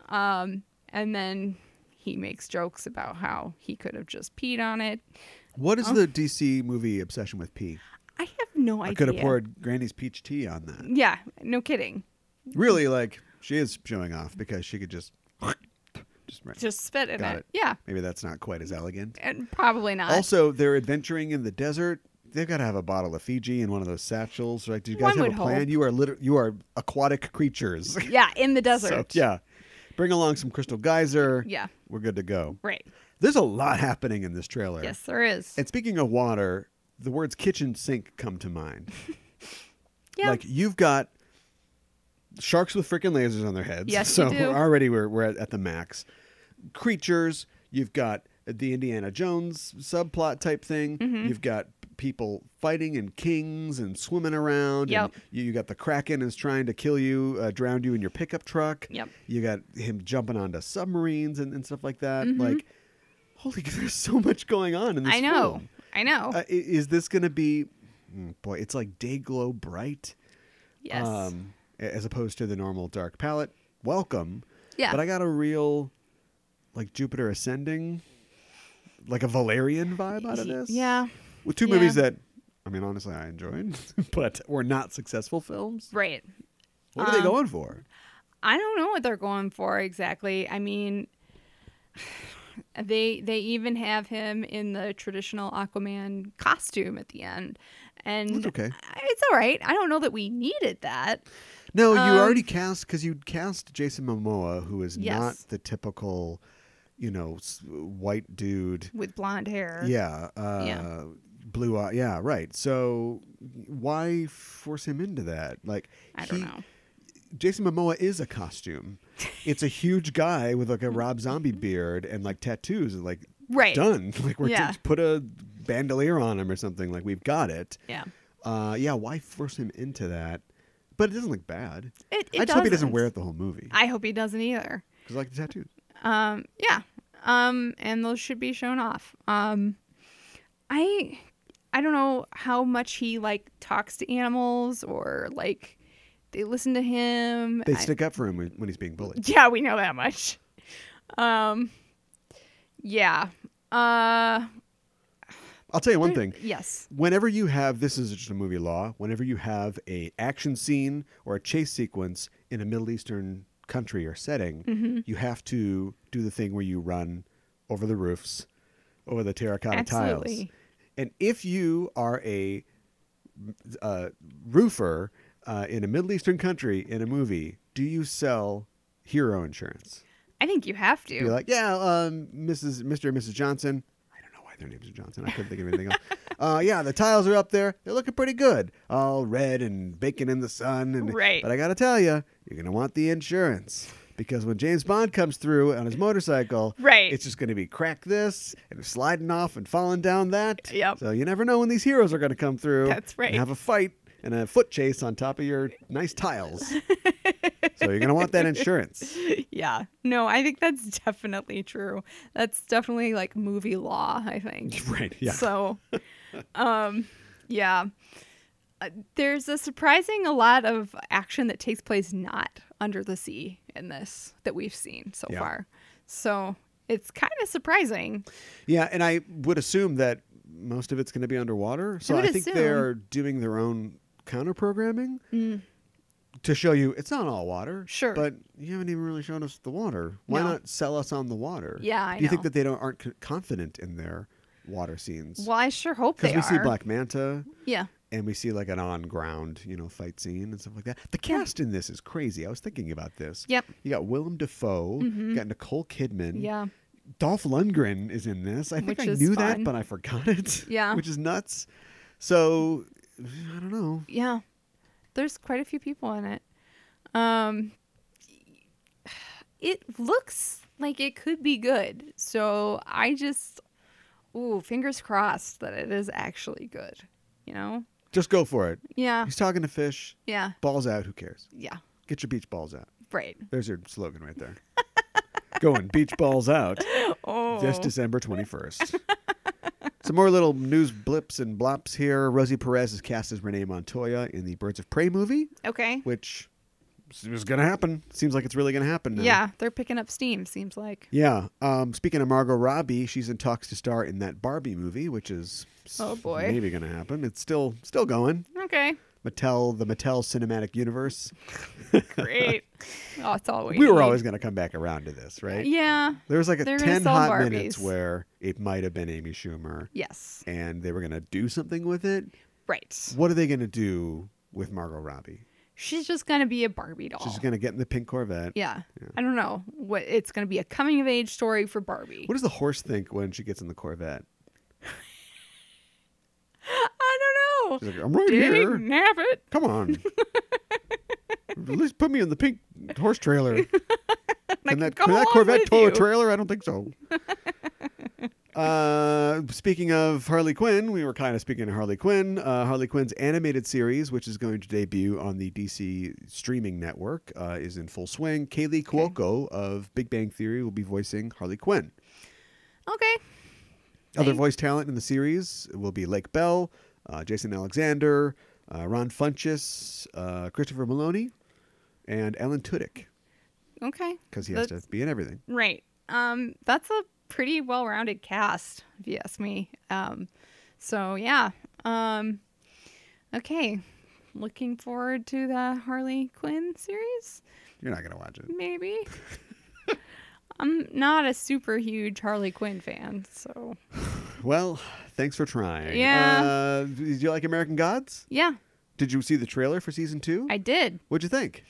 Um, and then he makes jokes about how he could have just peed on it. What Oh. is the DC movie obsession with pee? I have no idea. I could have poured Granny's peach tea on that. Yeah, no kidding. Really, like she is showing off because she could just just right. Just spit in Got it. it. Yeah, Maybe that's not quite as elegant. and probably not. Also, they're adventuring in the desert. They've got to have a bottle of Fiji in one of those satchels, right? Do you guys One have a would plan? hope. You are liter- you are aquatic creatures. yeah, in the So, desert. yeah. Bring along some crystal geyser. Yeah. We're good to go. Right. There's a lot happening in this trailer. Yes, there is. And speaking of water, the words kitchen sink come to mind. yeah. Like you've got sharks with freaking lasers on their heads. Yes, so you do. we're already we're, we're at, at the max. Creatures. You've got the Indiana Jones subplot type thing. Mm-hmm. You've got people fighting and kings and swimming around. Yep. And you, you got the Kraken is trying to kill you, uh, drown you in your pickup truck. Yep. You got him jumping onto submarines and, and stuff like that. Like, holy, there's so much going on in this Mm-hmm. I know. film. I know. Uh, i- is this going to be, mm, boy, it's like day glow bright yes. um, a- as opposed to the normal dark palette. Welcome. Yeah. But I got a real, like Jupiter ascending, like a Valerian vibe out of this. Yeah. With two yeah. movies that, I mean, honestly, I enjoyed, but were not successful films. Right. What are Um, they going for? I don't know what they're going for exactly. I mean, they they even have him in the traditional Aquaman costume at the end, and That's okay. it's all right. I don't know that we needed that. No, you already cast because you cast Jason Momoa, who is not um, Yes. the typical, you know, s- white dude. with blonde hair. Yeah. Uh, Blue eye. Yeah. Right. So why force him into that? Like I don't he- know. Jason Momoa is a costume. It's a huge guy with like a Rob Zombie beard and like tattoos and like Right. done. Like we're Yeah. just put a bandolier on him or something. Like we've got it. Yeah, Uh, yeah. Why force him into that? But it doesn't look bad. it. I just hope he doesn't wear It. it the whole movie. I hope he doesn't either. Because like the tattoos. Um, yeah. Um, and those should be shown off. Um, I I don't know how much he like talks to animals or like they listen to him. They I- stick up for him when when he's being bullied. yeah, we know that much. Um, yeah. Uh, I'll tell you one thing. yes. Whenever you have this is just a movie law. Whenever you have a action scene or a chase sequence in a Middle Eastern country or setting, you have to do the thing where you run over the roofs, over the terracotta tiles. Absolutely. And if you are a uh, roofer uh, in a Middle Eastern country in a movie, do you sell hero insurance? I think you have to. You're like, yeah, um, Mrs. Mr. and Mrs. Johnson. I don't know why their names are Johnson. I couldn't think of anything else. Uh, yeah, the tiles are up there. They're looking pretty good, all red and baking in the sun. And, Right. But I gotta tell you, you're gonna want the insurance because when James Bond comes through on his motorcycle, Right. it's just gonna be crack this and sliding off and falling down that. Yep. So you never know when these heroes are gonna come through. That's and right. have a fight and a foot chase on top of your nice tiles. so you're gonna want that insurance. yeah. No, I think that's definitely true. That's definitely like movie law, I think. Right. Yeah. So, um, yeah. Uh, There's a surprising a lot of action that takes place not under the sea in this that we've seen so Yeah. far. So it's kind of surprising. Yeah, and I would assume that most of it's going to be underwater. So I, would think assume. they're doing their own counter programming to show you it's not all water. Mm. Sure. But you haven't even really shown us the water. Why No. not sell us on the water? Yeah, I Do you think know. that they don't aren't c- confident in their water scenes? Well, I sure hope they we are. see Black Manta Yeah. and we see like an on ground, you know, fight scene and stuff like that. The cast in this is crazy. I was thinking about this. Yep. You got Willem Dafoe, you got Nicole Kidman. Mm-hmm. Yeah. Dolph Lundgren is in this. I think Which I is knew fun. that, but I forgot it. Yeah. Which is nuts. So I don't know. Yeah. There's quite a few people in it. Um it looks like it could be good. So I just ooh, fingers crossed that it is actually good, you know? Just go for it. Yeah. He's talking to fish. Yeah. Balls out, who cares? Yeah. Get your beach balls out. Right. There's your slogan right there. Going beach balls out Oh. this December 21st. Some more little news blips and blops here. Rosie Perez is cast as Renee Montoya in the Birds of Prey movie, okay. which is going to happen. Seems like it's really going to happen now. Yeah, they're picking up steam seems like. Yeah. Um, speaking of Margot Robbie, she's in talks to star in that Barbie movie, which is s- Oh, boy. maybe going to happen. It's still still going. Okay. Mattel, the Mattel Cinematic Universe. Great. oh, it's always We were always going to come back around to this, right? Yeah. There was like a They're gonna ten sell hot minutes Barbies. where it might have been Amy Schumer, Yes. and they were going to do something with it. Right. What are they going to do with Margot Robbie? She's just going to be a Barbie doll. She's going to get in the pink Corvette. Yeah. I don't know what it's going to be a coming of age story for Barbie. What does the horse think when she gets in the Corvette? I don't know. She's like, I'm right Dig here. nabbit. Come on. At least put me in the pink horse trailer. Can that, come can that along Corvette with tow you. a trailer? I don't think so. uh, speaking of Harley Quinn, we were kind of speaking of Harley Quinn. Uh, Harley Quinn's animated series, which is going to debut on the DC streaming network, uh, is in full swing. Kaylee Cuoco of Big Bang Theory will be voicing Harley Quinn. Okay. Other Thank- voice talent in the series will be Lake Bell, uh, Jason Alexander, uh, Ron Funches, uh, Christopher Maloney, and Alan Tudyk Okay. because he has That's- to be in everything. Right. Um, that's a pretty well rounded cast, if you ask me. Um, so yeah. Um, okay. Looking forward to the Harley Quinn series, You're not gonna watch it. maybe. I'm not a super huge Harley Quinn fan, so Well, thanks for trying. Yeah. Uh, did you like American Gods? yeah, Did you see the trailer for season two? I did. What'd you think?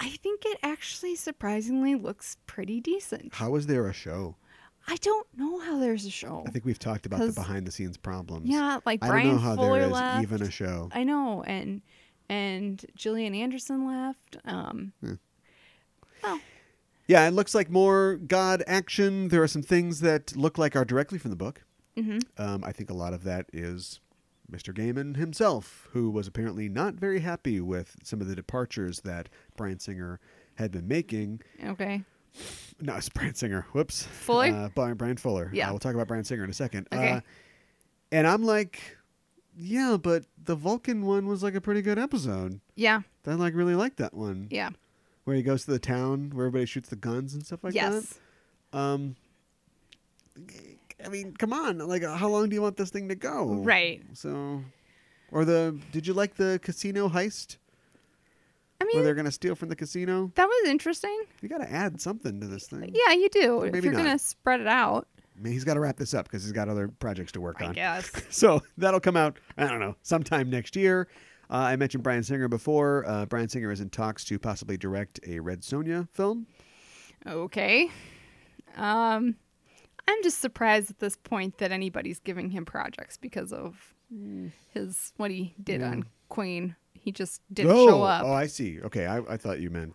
I think it actually surprisingly looks pretty decent. How is there a show? I don't know how there's a show. I think we've talked about the 'Cause- behind the scenes problems. yeah, like I Brian don't know how Fuller there is left. even a show. I know, and and Gillian Anderson left. Um, Oh, Yeah, it looks like more God action. There are some things that look like are directly from the book. Mhm. Um, I think a lot of that is Mr. Gaiman himself, who was apparently not very happy with some of the departures that Brian Singer had been making. okay, No, it's Brian Singer. Whoops. Fuller? Uh, Brian, Brian Fuller. Yeah. Uh, we'll talk about Brian Singer in a second. Okay. Uh, And I'm like, yeah, but the Vulcan one was like a pretty good episode. Yeah. I like really liked that one Yeah. where he goes to the town where everybody shoots the guns and stuff like yes. that. Um, I mean, come on, like how long do you want this thing to go? Right. So, or the did you like the casino heist I where mean, they're gonna steal from the casino? that was interesting. You gotta add something to this thing. Yeah, you do. if maybe you're not. gonna spread it out, I mean, he's got to wrap this up because he's got other projects to work I on. guess. So that'll come out, I don't know, sometime next year. Uh, I mentioned Brian Singer before. Uh, Brian Singer is in talks to possibly direct a Red Sonia film. Okay. Um, I'm just surprised at this point that anybody's giving him projects because of his what he did on Queen. He just didn't show up. Oh, I see. Okay, I, I thought you meant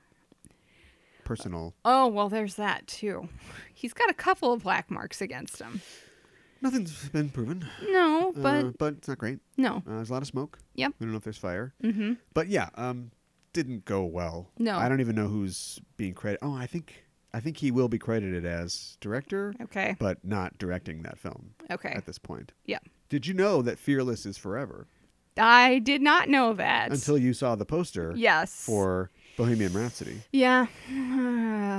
personal. Oh, well, there's that too. He's got a couple of black marks against him. Nothing's been proven, No, but uh, but it's not great. no. Uh, there's a lot of smoke. Yep. We don't know if there's fire. Mm-hmm. But yeah, um, didn't go well. No. I don't even know who's being credited. Oh, I think I think he will be credited as director, Okay. but not directing that film Okay. at this point. Yeah. Did you know that Fearless is forever? I did not know that. Until you saw the poster yes. for Bohemian Rhapsody. Yeah.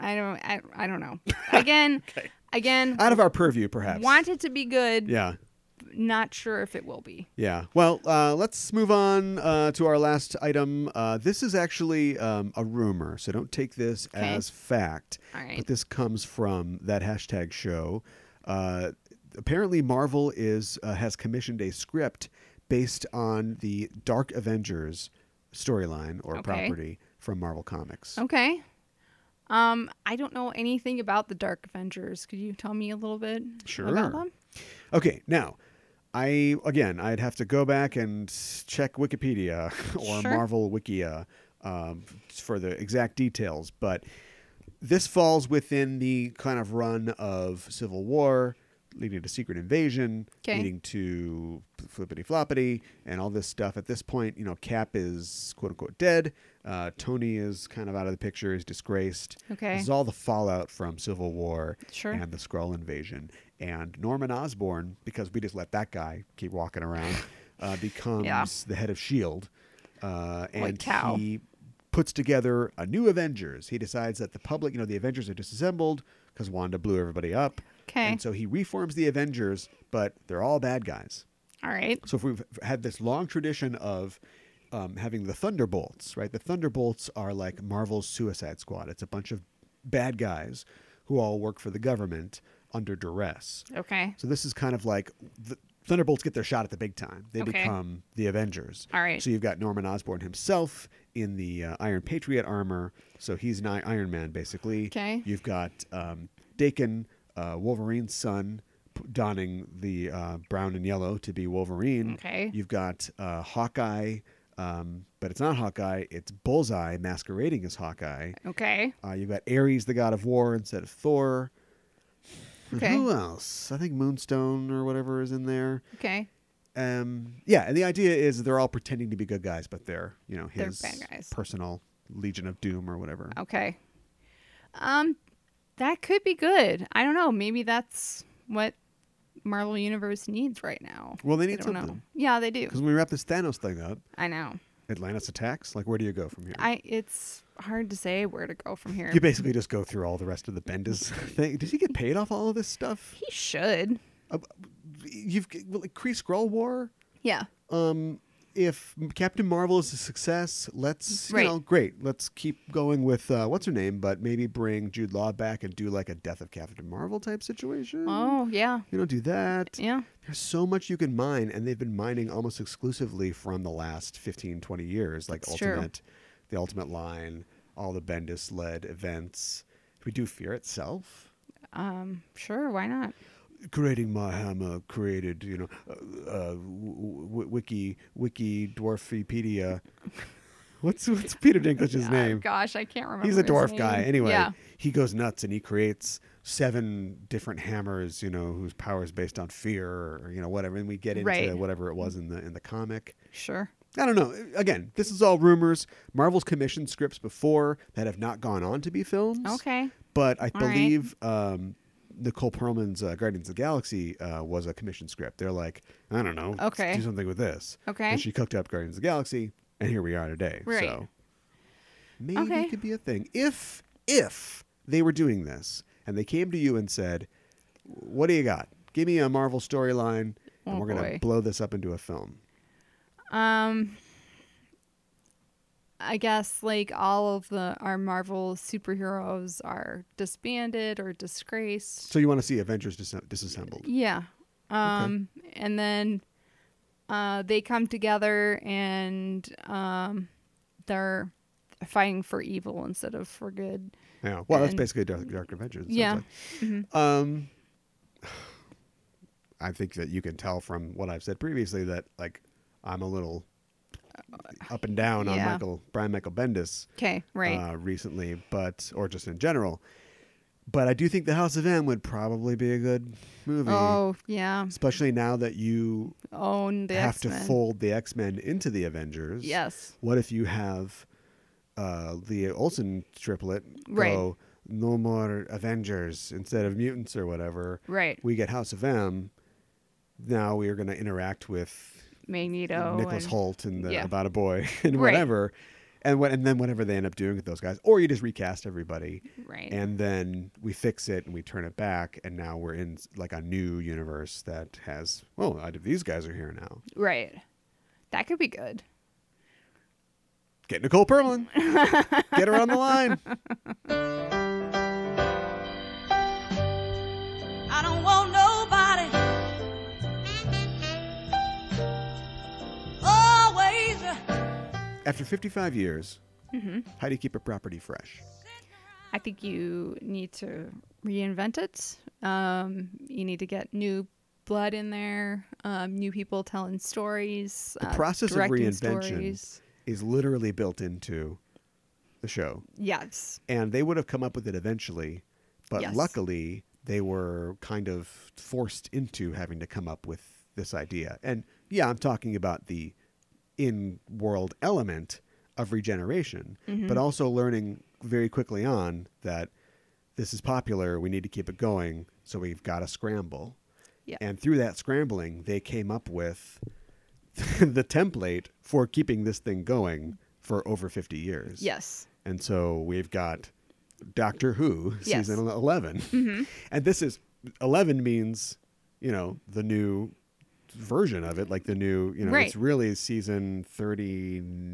I don't. I, I don't know. Again. Again. Out of our purview, perhaps. want it to be good. Yeah. Not sure if it will be. Yeah. Well, uh, let's move on uh, to our last item. Uh, this is actually um, a rumor, so don't take this Okay. as fact. All right. But this comes from that hashtag show. Uh, apparently, Marvel is uh, has commissioned a script based on the Dark Avengers storyline or Okay. property from Marvel Comics. Okay. Um, I don't know anything about the Dark Avengers. Could you tell me a little bit Sure. about them? Okay, now I again I'd have to go back and check Wikipedia or Sure. Marvel Wikia um, for the exact details, but this falls within the kind of run of Civil War, leading to Secret Invasion, 'Kay. leading to Flippity Floppity, and all this stuff. At this point, you know Cap is quote unquote dead. Uh, Tony is kind of out of the picture, is disgraced. Okay. This is all the fallout from Civil War Sure. and the Skrull invasion. And Norman Osborn, because we just let that guy keep walking around, uh, becomes Yeah. the head of S.H.I.E.L.D. E Uh, and cow. he puts together a new Avengers. He decides that the public, you know, the Avengers are disassembled because Wanda blew everybody up. 'Kay. And so he reforms the Avengers, but they're all bad guys. All right. So if we've had this long tradition of um, having the Thunderbolts, right? The Thunderbolts are like Marvel's Suicide Squad. It's a bunch of bad guys who all work for the government under duress. Okay. So this is kind of like the Thunderbolts get their shot at the big time. They Okay. become the Avengers. All right. So you've got Norman Osborn himself in the uh, Iron Patriot armor. So he's an I- Iron Man basically. Okay. You've got um, Dakin, uh, Wolverine's son, p- donning the uh, brown and yellow to be Wolverine. Okay. You've got uh, Hawkeye, um, but it's not Hawkeye. It's Bullseye masquerading as Hawkeye. Okay. Uh, you've got Ares, the god of war, instead of Thor. And Okay. Who uh, else? I think Moonstone or whatever is in there. Okay. Um, yeah, and the idea is they're all pretending to be good guys, but they're you know They're his bad guys. Oh, personal Legion of Doom or whatever. Okay. Um, that could be good. I don't know. Maybe that's what Marvel Universe needs right now. Well, they I need don't know. something. Yeah, they do. Because when we wrap this Thanos thing up, I know. Atlantis attacks. Like, where do you go from here? I it's hard to say where to go from here. you basically just go through all the rest of the Bendis thing. Does he get paid off all of this stuff? he should. Uh, you've well, like Kree Skrull War. Yeah. um, if Captain Marvel is a success, let's you Right. know, great. Let's keep going with uh, what's her name, but maybe bring Jude Law back and do like a Death of Captain Marvel type situation. Oh yeah. You know, do that. Yeah. There's so much you can mine, and they've been mining almost exclusively from the last 15, 20 years, like It's true. Ultimate, the Ultimate line, all the Bendis led events. Can we do Fear itself? Um. Sure. Why not? creating my hammer created you know uh, uh, w- w- wiki wiki dwarfypedia what's what's peter dinklage's Oh, name Gosh, I can't remember. he's a his dwarf name. guy anyway Yeah. he goes nuts and he creates seven different hammers you know whose power is based on fear or you know whatever and we get into Right. whatever it was in the in the comic Sure. I don't know. Again, this is all rumors. Marvel's commissioned scripts before that have not gone on to be films Okay. but I All right. believe um, Nicole Perlman's uh, Guardians of the Galaxy uh, was a commission script. They're like, I don't know, let's Okay. do something with this. Okay. and she cooked up Guardians of the Galaxy, and here we are today. Right. So maybe Okay. it could be a thing if if they were doing this and they came to you and said, "What do you got? Give me a Marvel storyline, and Oh, we're gonna boy. blow this up into a film." Um, I guess like all of the our Marvel superheroes are disbanded or disgraced. So you want to see Avengers dis- disassembled? Yeah. Um, and then uh, they come together and um, they're fighting for evil instead of for good. Yeah. Well, that's And- basically Dark, Dark Avengers. it sounds Yeah. like. Um, I think that you can tell from what I've said previously that like I'm a little up and down on Uh, Yeah. Michael Brian Michael Bendis Okay, right. uh, recently, but or just in general. But I do think The House of M would probably be a good movie, oh yeah, especially now that you own the have X-Men. to fold the X Men into the Avengers. Yes. What if you have uh, the Olsen triplet Right. go no more Avengers instead of mutants or whatever? Right. We get House of M. Now we are going to interact with Magneto. Oh, Nicholas and- Holt and the yeah. About a Boy and Right. whatever, and what and then whatever they end up doing with those guys, or you just recast everybody, Right. and then we fix it and we turn it back, and now we're in like a new universe that has well, I, these guys are here now. Right. That could be good. Get Nicole Perlman. Get her on the line. I don't want nobody always. After 55 years, Mm-hmm. how do you keep a property fresh? I think you need to reinvent it. Um, you need to get new blood in there, um, new people telling stories. The uh, process of directing reinvention is literally built into the show. Yes. and they would have come up with it eventually but Yes. luckily they were kind of forced into having to come up with this idea and yeah i'm talking about the in world element of regeneration Mm-hmm. but also learning very quickly on that this is popular we need to keep it going so we've got to scramble Yeah. and through that scrambling they came up with the template for keeping this thing going for over 50 years Yes. and so we've got Doctor Who Yes. Mm-hmm. season 11. And this is 11 means, you know, the new version of it, like the new, you know, Right. it's really season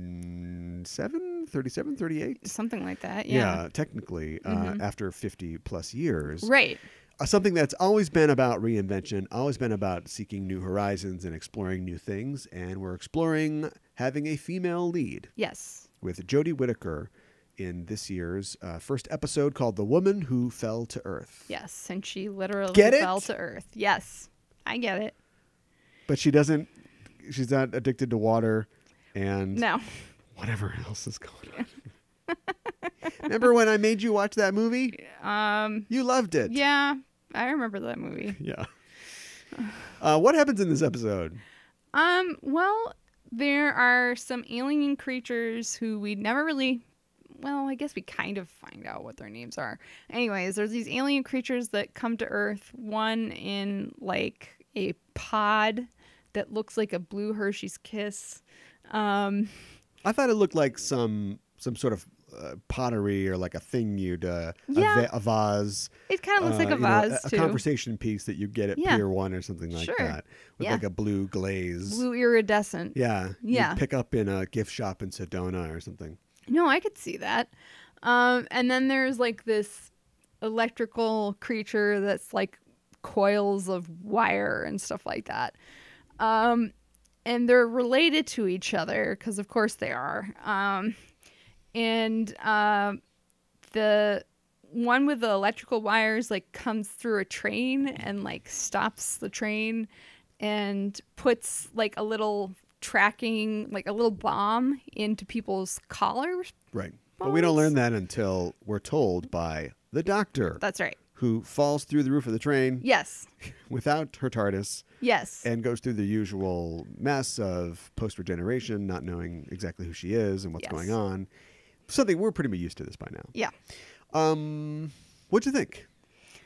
37, 37, 38. Something like that. Yeah. Mm-hmm. technically, uh, after 50 plus years Right. uh, something that's always been about reinvention, always been about seeking new horizons and exploring new things. And we're exploring having a female lead Yes. with Jodie Whittaker in this year's uh, first episode called "The Woman Who Fell to Earth." Yes. And she literally Get it? fell to earth. Yes. I get it. but she doesn't. She's not addicted to water, and No. whatever else is going on. Remember when I made you watch that movie? Um, You loved it. yeah. I remember that movie. Yeah. Uh, what happens in this episode? Um, well, there are some alien creatures who we never really well, I guess we kind of find out what their names are. Anyways, there's these alien creatures that come to Earth, one in like a pod that looks like a blue Hershey's kiss. Um, I thought it looked like some some sort of uh, pottery or like a thing you'd uh, a, Yeah. va- a vase. it kind of looks uh, like a you know, vase a, too. conversation piece that you get at Yeah. Pier One or something like Sure. that, with Yeah. like a blue glaze. blue iridescent. Yeah, you'd Yeah. pick up in a gift shop in Sedona or something. No, I could see that. Um, and then there's like this electrical creature that's like coils of wire and stuff like that. Um, and they're related to each other because, of course, they are. Um, and um the one with the electrical wires like comes through a train and like stops the train and puts like a little tracking like a little bomb into people's collars Right. But we Bones. don't learn that until we're told by the doctor that's right who falls through the roof of the train yes without her TARDIS yes and goes through the usual mess of post regeneration, not knowing exactly who she is and what's Yes. going on. Something we're pretty used to this by now. yeah Um, what'd you think?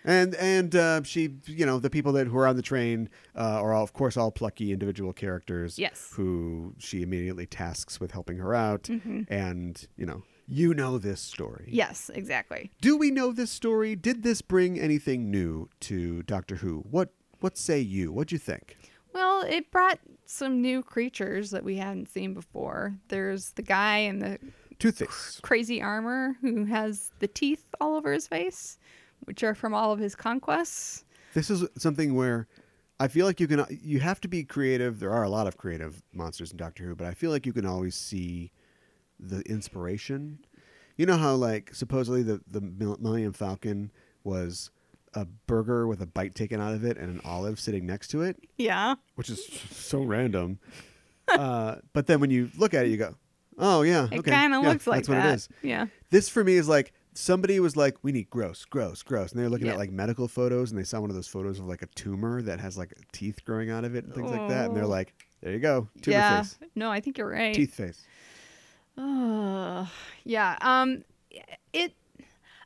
And and uh, she, you know, the people that who are on the train uh, are all, of course all plucky individual characters. Yes. Who she immediately tasks with helping her out, and you know, you know this story. Yes, exactly. Do we know this story? Did this bring anything new to Doctor Who? What what say you? What do you think? Well, it brought some new creatures that we hadn't seen before. There's the guy in the Two things. crazy armor who has the teeth all over his face, which are from all of his conquests. This is something where I feel like you can you have to be creative. There are a lot of creative monsters in Doctor Who, but I feel like you can always see the inspiration. You know how like supposedly the the Mill- Millennium Falcon was a burger with a bite taken out of it and an olive sitting next to it, Yeah. which is so random. uh, but then when you look at it, you go, "Oh yeah, It okay, kind yeah, of looks like that's what that. it is." Yeah. This for me is like somebody was like, "We need gross, gross, gross," and they're looking Yeah. at like medical photos, and they saw one of those photos of like a tumor that has like teeth growing out of it and things like that, and they're Oh. like, "There you go, tumor yeah. face, No, I think you're right. teeth face." Ugh. yeah. Um, it.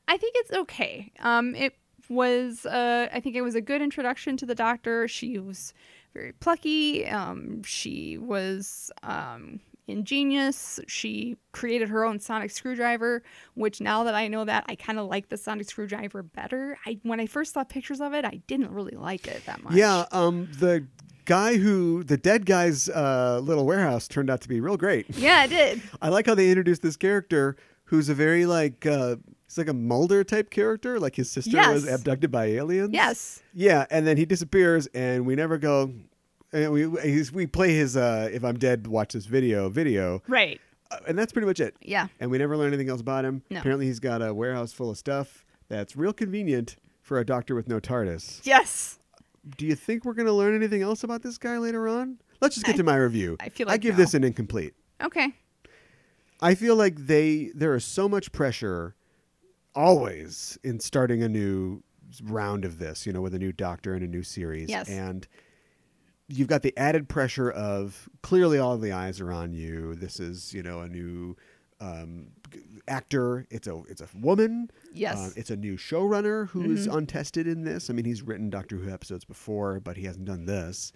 I think it's okay. Um, it was. Uh, I think it was a good introduction to the doctor. She was very plucky. Um, she was um ingenious. She created her own sonic screwdriver, which now that I know that, I kind of like the sonic screwdriver better. I when I first saw pictures of it, I didn't really like it that much. Yeah, um, the guy who the dead guy's uh, little warehouse turned out to be real great. Yeah, I did. I like how they introduced this character who's a very like uh, he's like a Mulder type character. Like his sister was Yes. abducted by aliens. Yes. Yeah, and then he disappears, and we never go. And we he's, we play his uh, "If I'm Dead, Watch This Video" video, Right. uh, and that's pretty much it. Yeah. And we never learn anything else about him. No. Apparently, he's got a warehouse full of stuff that's real convenient for a doctor with no TARDIS. Yes. Do you think we're going to learn anything else about this guy later on? Let's just get I- to my review. I feel I like give no. this an incomplete. Okay. I feel like they there is so much pressure always in starting a new round of this, you know, with a new doctor and a new series. Yes. And you've got the added pressure of clearly all the eyes are on you. This is, you know, a new um, g- actor. It's a it's a woman. Yes. Mm-hmm. Um, it's a new showrunner who is untested in this. I mean, he's written Doctor Who episodes before, but he hasn't done this.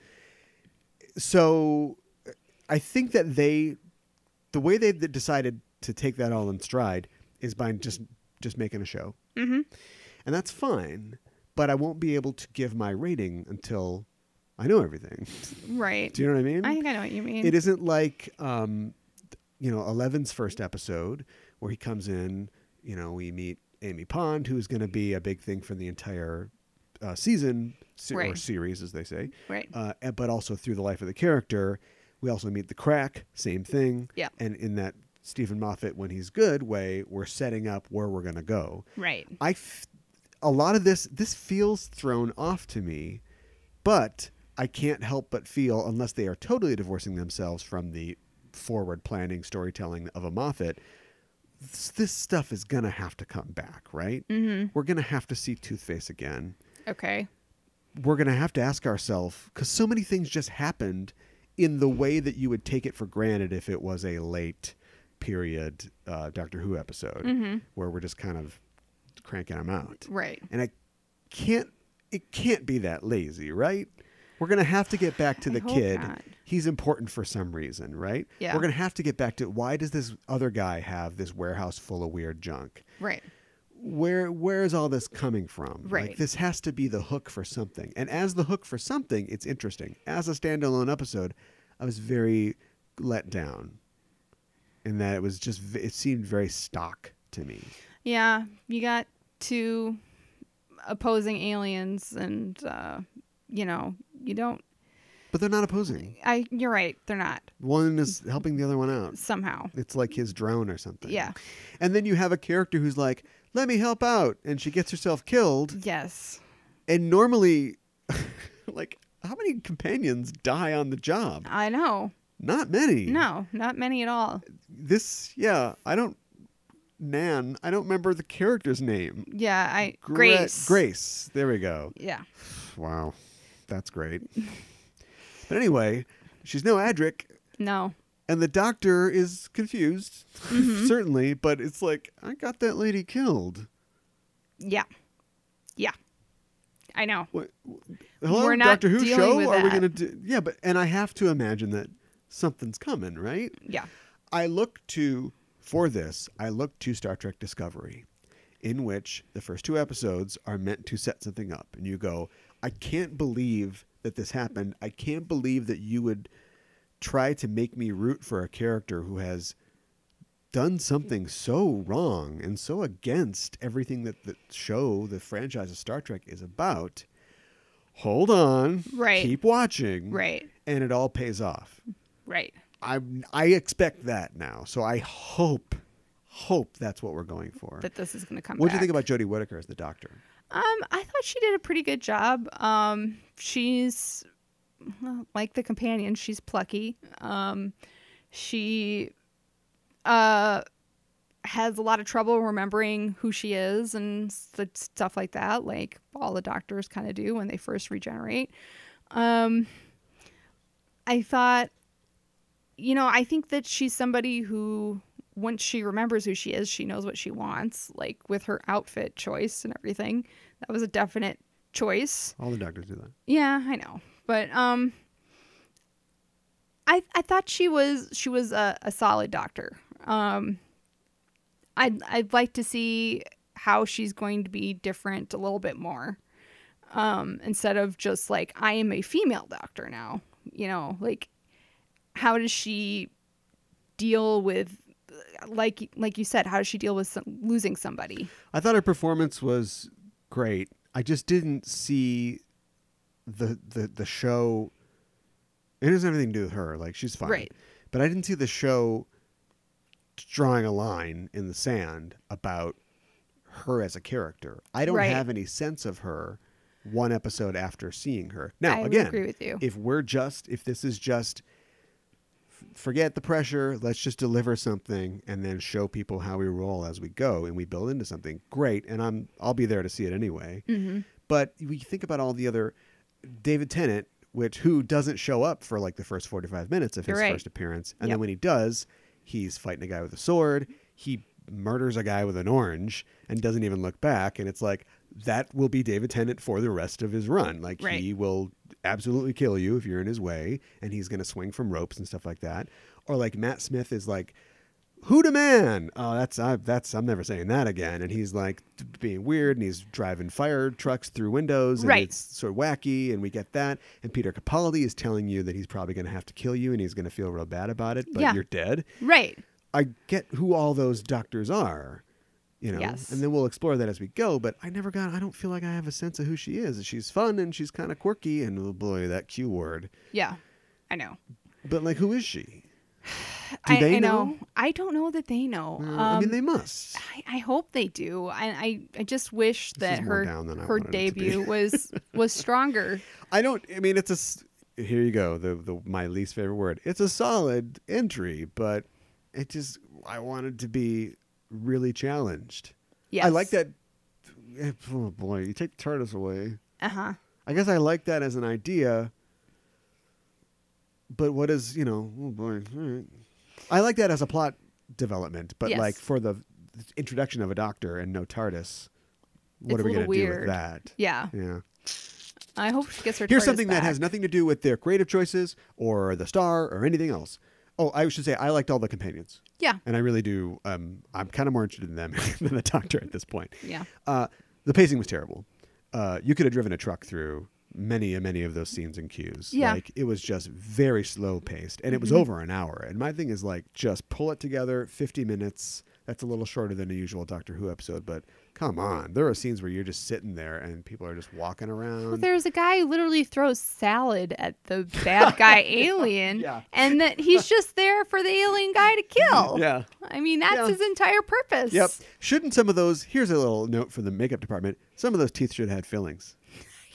So uh, I think that they, the way they decided to take that all in stride is by just just making a show, mm-hmm. and that's fine. But I won't be able to give my rating until I know everything. Right. Do you know what I mean? I think I know what you mean. It isn't like, um, you know, Eleven's first episode where he comes in. You know, we meet Amy Pond, who's going to be a big thing for the entire uh, season se- or Right. series, as they say. Right. Uh, and- but also through the life of the character, we also meet the crack. Same thing. Yeah. And in that Stephen Moffat, when he's good, way we're setting up where we're going to go. Right. I, f- a lot of this, this feels thrown off to me, but I can't help but feel, unless they are totally divorcing themselves from the forward planning storytelling of a Moffat, this, this stuff is gonna have to come back, right? Mm-hmm. We're gonna have to see Toothface again. Okay. We're gonna have to ask ourselves because so many things just happened in the way that you would take it for granted if it was a late period uh, Doctor Who episode where we're just kind of cranking them out Right. and I can't. It can't be that lazy, right? We're gonna have to get back to I the hope kid. not. He's important for some reason, right? Yeah. We're gonna have to get back to why does this other guy have this warehouse full of weird junk? Right. Where where is all this coming from? Like, Right. this has to be the hook for something. And as the hook for something, it's interesting. As a standalone episode, I was very let down. In that it was just v- it seemed very stock to me. Yeah. You got two opposing aliens, and uh, you know you don't. But they're not opposing. I. You're right. They're not One is helping the other one out. somehow. It's like his drone or something. Yeah. And then you have a character who's like, let me help out. And she gets herself killed. Yes. And normally, like, how many companions die on the job? I know. Not many. No, not many at all. This, yeah, I don't, Nan, I don't remember the character's name. Yeah. I. Gra- Grace. Grace. There we go. Yeah. Wow. That's great. but anyway, she's no Adric. No. And the doctor is confused, Mm-hmm. certainly, but it's like, I got that lady killed. Yeah. Yeah. I know. What, hello, We're not Doctor Who dealing show. with Are we that. gonna do? Yeah, but and I have to imagine that something's coming, right? Yeah. I look to for this. I look to Star Trek Discovery, in which the first two episodes are meant to set something up, and you go, "I can't believe that this happened. I can't believe that you would try to make me root for a character who has." Done something so wrong and so against everything that the show, the franchise of Star Trek is about, hold on, Right. Keep watching, Right. And it all pays off. Right. I I expect that now, so I hope hope that's what we're going for. That this is going to come. What do back. you think about Jodie Whittaker as the Doctor? Um, I thought she did a pretty good job. Um, she's well, like the companion. She's plucky. Um, she uh has a lot of trouble remembering who she is and st- stuff like that. Like all the doctors kind of do when they first regenerate. Um, I thought, you know, I think that she's somebody who, once she remembers who she is, she knows what she wants, like with her outfit choice and everything. That was a definite choice. All the doctors do that. Yeah, I know. But, um, I, I thought she was she was a, a solid doctor. Um, I'd I'd like to see how she's going to be different a little bit more um, instead of just like I am a female doctor now. You know, like how does she deal with like like you said, how does she deal with some, losing somebody? I thought her performance was great. I just didn't see the the the show. It doesn't have anything to do with her. Like she's fine, Right. But I didn't see the show drawing a line in the sand about her as a character. I don't Right. have any sense of her one episode after seeing her. Now, I would again, agree with you. if we're just if this is just f- forget the pressure, let's just deliver something and then show people how we roll as we go and we build into something. Great, and I'm I'll be there to see it anyway. Mm-hmm. But we think about all the other David Tennant, which who doesn't show up for like the first 45 minutes of his You're right. first appearance, and Yep. then when he does, he's fighting a guy with a sword. He murders a guy with an orange and doesn't even look back. And it's like that will be David Tennant for the rest of his run. Like Right. he will absolutely kill you if you're in his way, and he's going to swing from ropes and stuff like that. Or like Matt Smith is like. Who to man? Oh, that's I, that's I'm never saying that again. And he's like t- being weird, and he's driving fire trucks through windows, and Right. it's sort of wacky, and we get that. And Peter Capaldi is telling you that he's probably going to have to kill you, and he's going to feel real bad about it, but Yeah. you're dead. Right. I get who all those doctors are, you know, Yes. and then we'll explore that as we go. But I never got, I don't feel like I have a sense of who she is. She's fun and she's kind of quirky, and oh boy, that Q word. Yeah. I know. But like, who is she? Do I, they I know? know? I don't know that they know. Uh, um, I mean, they must. I, I hope they do. I I, I just wish that is more her down than I her wanted it to be. debut was was stronger. I don't. I mean, it's a. s- Here you go. The the my least favorite word. It's a solid entry, but it just I wanted to be really challenged. Yes. I like that. eh, Oh boy, you take TARDIS away. Uh huh. I guess I like that as an idea. But what is you know? Oh boy, all right. I like that as a plot development, but Yes. like for the introduction of a doctor and no TARDIS, It's what are a little we gonna do with weird. that? Yeah. Yeah. I hope she gets her. Here's TARDIS something that has back. nothing to do with their creative choices or the star or anything else. Oh, I should say I liked all the companions, Yeah. and I really do. Um, I'm kind of more interested in them than the Doctor at this point. Yeah. Uh, the pacing was terrible. Uh, you could have driven a truck through many and many of those scenes and cues. Yeah. Like it was just very slow paced, and it was over an hour. And my thing is like just pull it together, 50 minutes. That's a little shorter than a usual Doctor Who episode, but come on, there are scenes where you're just sitting there and people are just walking around. Well, there's a guy who literally throws salad at the bad guy alien, Yeah. and that he's just there for the alien guy to kill. Yeah. I mean, that's Yeah. his entire purpose. Yep. Shouldn't some of those? Here's a little note from the makeup department. Some of those teeth should have had fillings.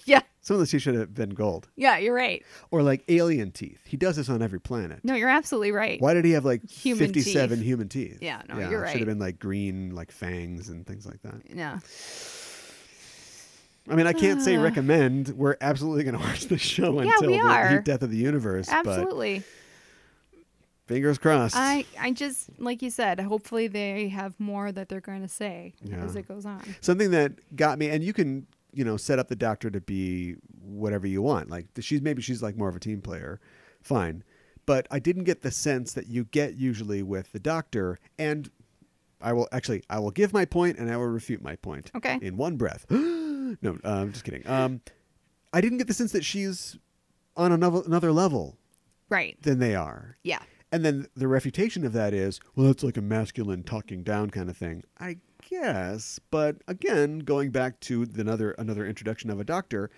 Yeah. Some of those teeth should have been gold Yeah. You're right. or like alien teeth. He does this on every planet. No, you're absolutely right. Why did he have like Human 57 teeth. human teeth? Yeah, no, you're Should right. have been like green, like fangs and things like that. Yeah. I mean, I can't say recommend. We're absolutely going to watch the show Uh. Yeah, until we the are. death of the universe. Absolutely. But fingers crossed. I I just like you said. Hopefully they have more that they're going to say Yeah. as it goes on. something that got me and you can you know set up the doctor to be whatever you want like th- she's maybe she's like more of a team player fine but i didn't get the sense that you get usually with the doctor and i will actually i will give my point and i will refute my point Okay. in one breath no uh, i'm just kidding um i didn't get the sense that she's on another another level Right. than they are Yeah. and then the refutation of that is, well, that's like a masculine talking down kind of thing. I guess, but again, going back to the another another introduction of a doctor,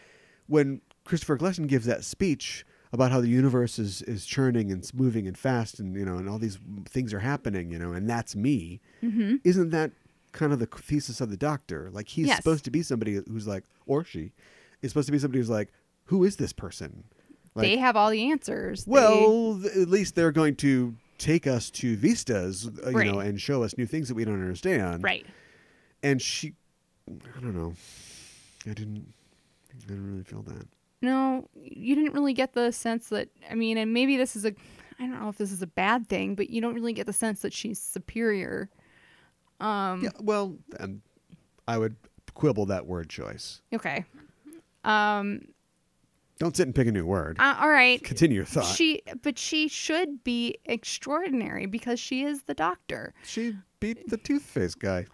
when Christopher Glesson gives that speech about how the universe is is churning and it's moving and fast and you know and all these things are happening, you know, and that's me. Isn't that kind of the thesis of the doctor? Like he's Yes. supposed to be somebody who's like, or she, is supposed to be somebody who's like, who is this person? Like, they have all the answers. They- well, th- at least they're going to take us to vistas, uh, you Right. know, and show us new things that we don't understand. right. And she, I don't know, I didn't, I didn't really feel that. No, you didn't really get the sense that I mean, and maybe this is a I don't know if this is a bad thing, but you don't really get the sense that she's superior. yeah. Well, um, I would quibble that word choice. Okay. Um, Don't sit and pick a new word. Uh, all right. Continue your thought. She but she should be extraordinary because she is the doctor. she beat the tooth face guy.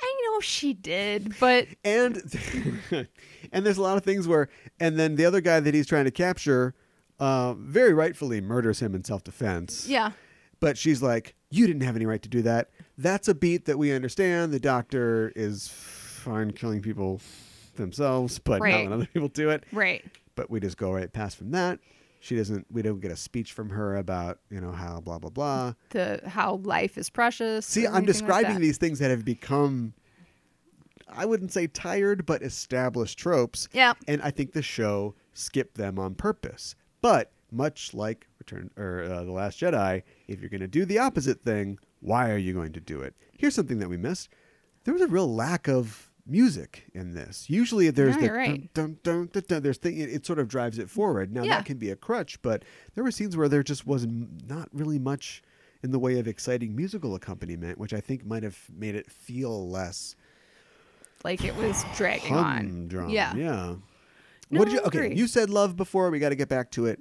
I know she did, but and and there's a lot of things where and then the other guy that he's trying to capture uh, very rightfully murders him in self-defense yeah. but she's like you didn't have any right to do that that's a beat that we understand the doctor is fine killing people themselves but not Right. when other people do it Right. but we just go right past from that she doesn't we don't get a speech from her about you know how blah blah blah The how life is precious. See, or I'm anything like describing that. these things that have become, I wouldn't say tired, but established tropes. Yeah. And I think the show skipped them on purpose. But much like Return or uh, The Last Jedi, if you're going to do the opposite thing, why are you going to do it? Here's something that we missed. There was a real lack of music in this. Usually there's No, the you're right. dun, dun, dun, dun, dun, there's thing it, it sort of drives it forward. Now Yeah. that can be a crutch, but there were scenes where there just was n- not really much in the way of exciting musical accompaniment, which I think might have made it feel less like it was dragging on. humdrum. Yeah. yeah. No, what did you? I Okay, agree. you said love before. We got to get back to it.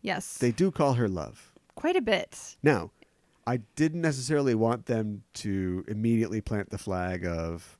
Yes. They do call her love. quite a bit. Now, I didn't necessarily want them to immediately plant the flag of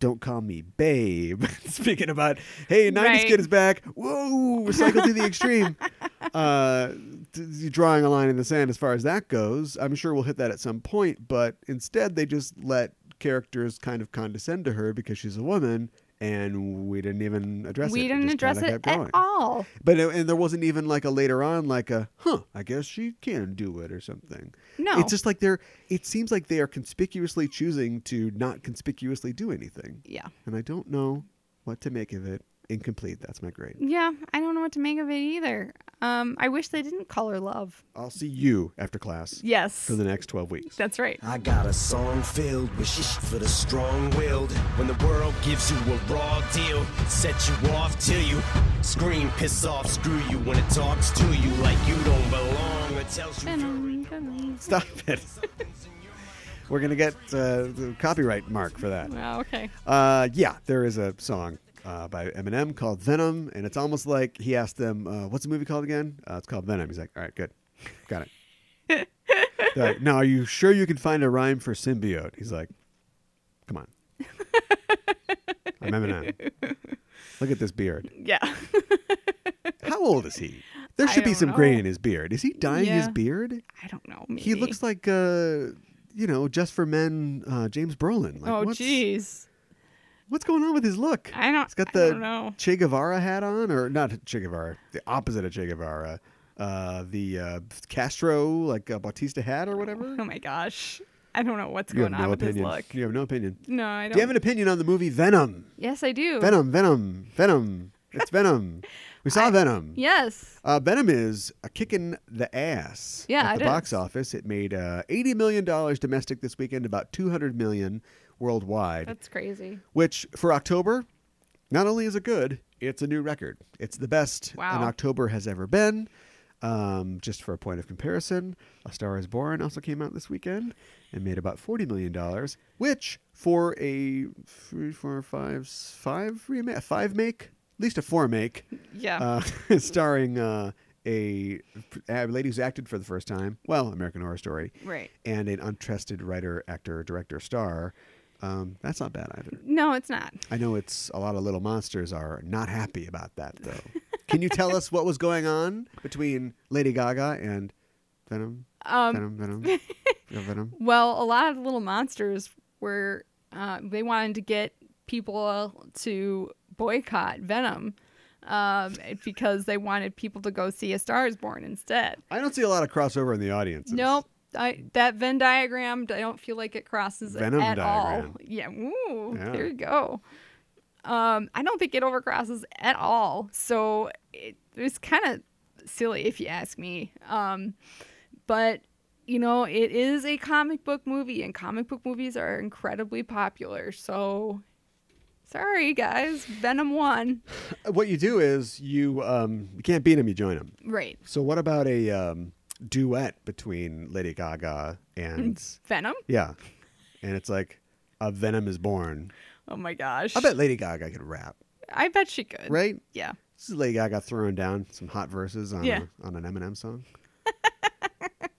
don't call me babe. Speaking about, hey, 90s Right. kid is back. Whoa, recycle to the extreme. Uh, d- d- drawing a line in the sand as far as that goes. I'm sure we'll hit that at some point, but instead they just let characters kind of condescend to her because she's a woman. And we didn't even address it. We It didn't just address kinda it kept at going. all. But it, and there wasn't even like a later on like a huh. I guess she can do it or something. No. it's just like they're. It seems like they are conspicuously choosing to not conspicuously do anything, Yeah. and I don't know what to make of it. Incomplete. That's my grade. Yeah, I don't know what to make of it either. Um, I wish they didn't call her love. I'll see you after class Yes. for the Ah. next twelve weeks. That's right. I got a song filled with shit for the strong-willed. When the world gives you a raw deal, set you off till you scream, piss off, screw you when it talks to you like you don't belong or tells you. Stop it. We're gonna get uh, the copyright mark for that. Well, okay. Uh, yeah, there is a song uh, by Eminem called Venom, and it's almost like he asked them, uh, "What's the movie called again?" Uh, it's called Venom. He's like, "All right, good, got it." They're like, now, are you sure you can find a rhyme for symbiote? He's like, "Come on, I'm Eminem. Look at this beard. Yeah. How old is he? There I should be don't some gray know. in his beard. Is he dyeing his Yeah. beard? I don't know. Maybe. He looks like, uh, you know, just for men, uh, James Brolin. Like, oh, what's- jeez. What's going on with his look? I don't. He's got I the don't know. Che Guevara hat on, or not Che Guevara, the opposite of Che Guevara, uh, the uh, Castro like uh, Bautista hat or whatever. Oh my gosh. I don't know what's You have going on no with opinion. his look. You have no opinion. No, I don't. Do you have an opinion on the movie Venom? yes, I do. Venom, Venom, Venom. It's Venom. We saw Venom. Yes. Uh, Venom is a kicking the ass Yeah, at the it box is. office. It made uh, eighty million dollars domestic this weekend, about two hundred million worldwide. That's crazy. which for October, not only is it good, it's a new record. It's the best Wow. an October has ever been. Um, just for a point of comparison, A Star Is Born also came out this weekend and made about forty million dollars, which for a three, four, five, five remake, a five make, at least a four make, Yeah. uh, starring uh, a, a lady who's acted for the first time. Well, American Horror Story, Right. And an untrusted writer, actor, director, star. Um, that's not bad either. no, it's not. I know it's a lot of little monsters are not happy about that though. Can you tell us what was going on between Lady Gaga and Venom? Um, Venom, Venom, Yeah, Venom. Well, a lot of Little Monsters were uh, they wanted to get people to boycott Venom um, because they wanted people to go see A Star Is Born instead. I don't see a lot of crossover in the audiences. Nope. I, that Venn diagram, I don't feel like it crosses Venom at diagram. all. Yeah, ooh, Yeah. there you go. Um, I don't think it overcrosses at all. So it, it was kind of silly, if you ask me. Um, but you know, it is a comic book movie, and comic book movies are incredibly popular. So sorry, guys, Venom won. Uh, What you do is you um, you can't beat them, you join them. Right, So what about a um, duet between Lady Gaga and Venom. yeah, and it's like a Venom is born. Oh my gosh, I bet Lady Gaga could rap, I bet she could. right? Yeah. This is Lady Gaga throwing down some hot verses on Yeah. a, on an Eminem song.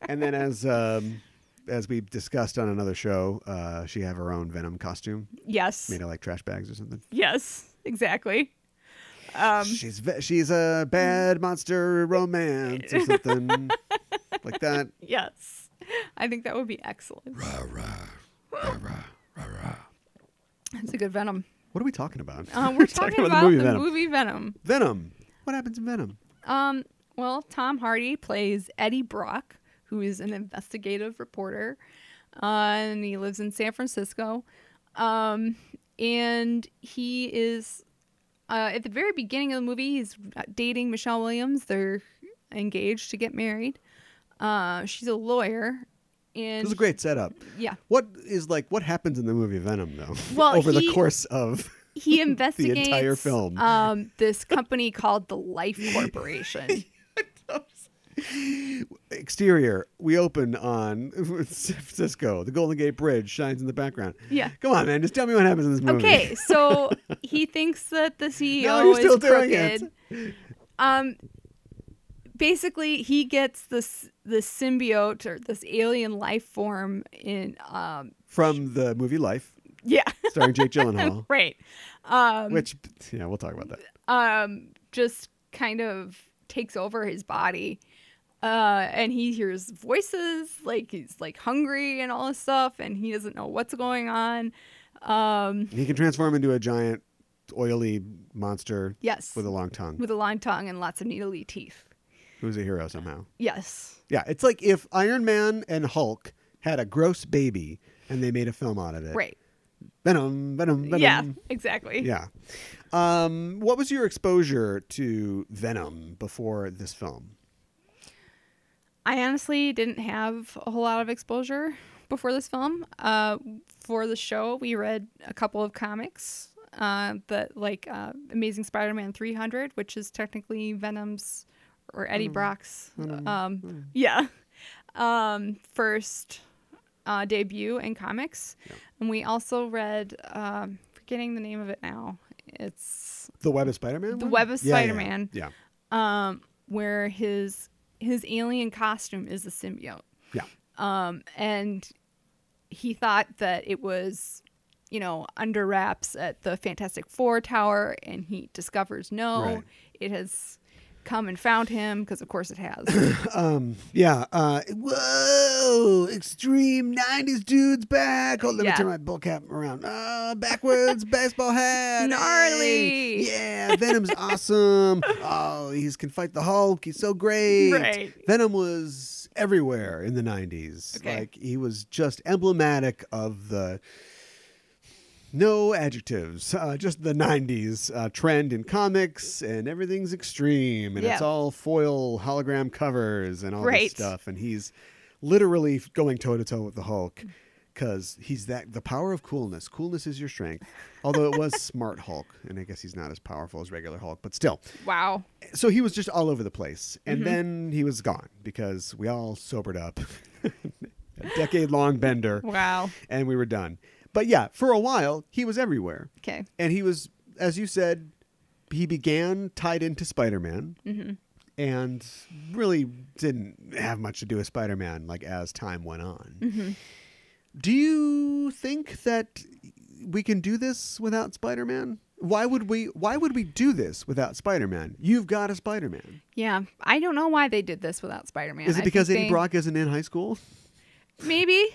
and then, as um, as we discussed on another show, uh, she have her own Venom costume Yes. made out of like trash bags or something. Yes, exactly. Um. she's ve- she's a bad monster romance or something like that. Yes. I think that would be excellent. That's a good Venom. What are we talking about? Uh, we're talking, about, the, movie, Venom. Venom. Venom. What happens in Venom? Um, well, Tom Hardy plays Eddie Brock, who is an investigative reporter, uh, and he lives in San Francisco. Um, and he is uh, at the very beginning of the movie, he's dating Michelle Williams. They're engaged to get married. Uh, she's a lawyer, and This is a great setup. yeah. What is like? What happens in the movie Venom though? Well, over the he- course of he investigates entire film. Um, this company called the Life Corporation. Exterior, we open on San Francisco. The Golden Gate Bridge shines in the background. Yeah. Come on, man. Just tell me what happens in this movie. okay, so he thinks that the CEO No, you're is still doing it. crooked. Um, basically, he gets this this symbiote or this alien life form in um, From the movie Life, yeah, starring Jake Gyllenhaal, right. which, yeah, we'll talk about that. um, just kind of takes over his body. Uh, and he hears voices, like he's like hungry and all this stuff, and he doesn't know what's going on. Um, He can transform into a giant, oily monster yes, with a long tongue with a long tongue and lots of needly teeth. who's a hero somehow. Yes, Yeah, it's like if Iron Man and Hulk had a gross baby and they made a film out of it. right. Venom, Venom, Venom. Yeah, exactly. Yeah. Um, what was your exposure to Venom before this film? I honestly didn't have a whole lot of exposure before this film. Uh, for the show, we read a couple of comics, uh, that like uh, Amazing Spider-Man 300, which is technically Venom's or Eddie Brock's, um, yeah, um, first uh, debut in comics, and we also read, um, forgetting the name of it now. It's The Web of Spider Man? The Web of Spider-Man. Yeah. where his his alien costume is a symbiote. Yeah. and he thought that it was you know under wraps at the fantastic four tower and he discovers no Right. it has come and found him because of course it has Yeah. Uh, whoa! Extreme '90s dudes back. Hold, let Yeah. me turn my bull cap around. Uh, backwards baseball hat. Gnarly. Hey! Yeah. Venom's awesome. Oh, he's can fight the Hulk. He's so great. Right. Venom was everywhere in the '90s. Okay. Like he was just emblematic of the. No adjectives, uh, just the 90s uh, trend in comics, and everything's extreme, and it's Yeah. all foil hologram covers and all all this Right. stuff, and he's literally going toe to toe with the Hulk. because he's that the power of coolness. Coolness is your strength. Although it was Smart Hulk, and I guess he's not as powerful as regular Hulk, but still. Wow. So he was just all over the place, and Mm-hmm. then he was gone because we all sobered up. a decade long bender, Wow. and we were done. But yeah, for a while he was everywhere. Okay. And he was, as you said, he began tied into Spider Man and really didn't have much to do with Spider Man like as time went on. Do you think that we can do this without Spider Man? Why would we why would we do this without Spider Man? You've got a Spider Man. Yeah. I don't know why they did this without Spider Man. Is it because Eddie Brock isn't in high school? Maybe.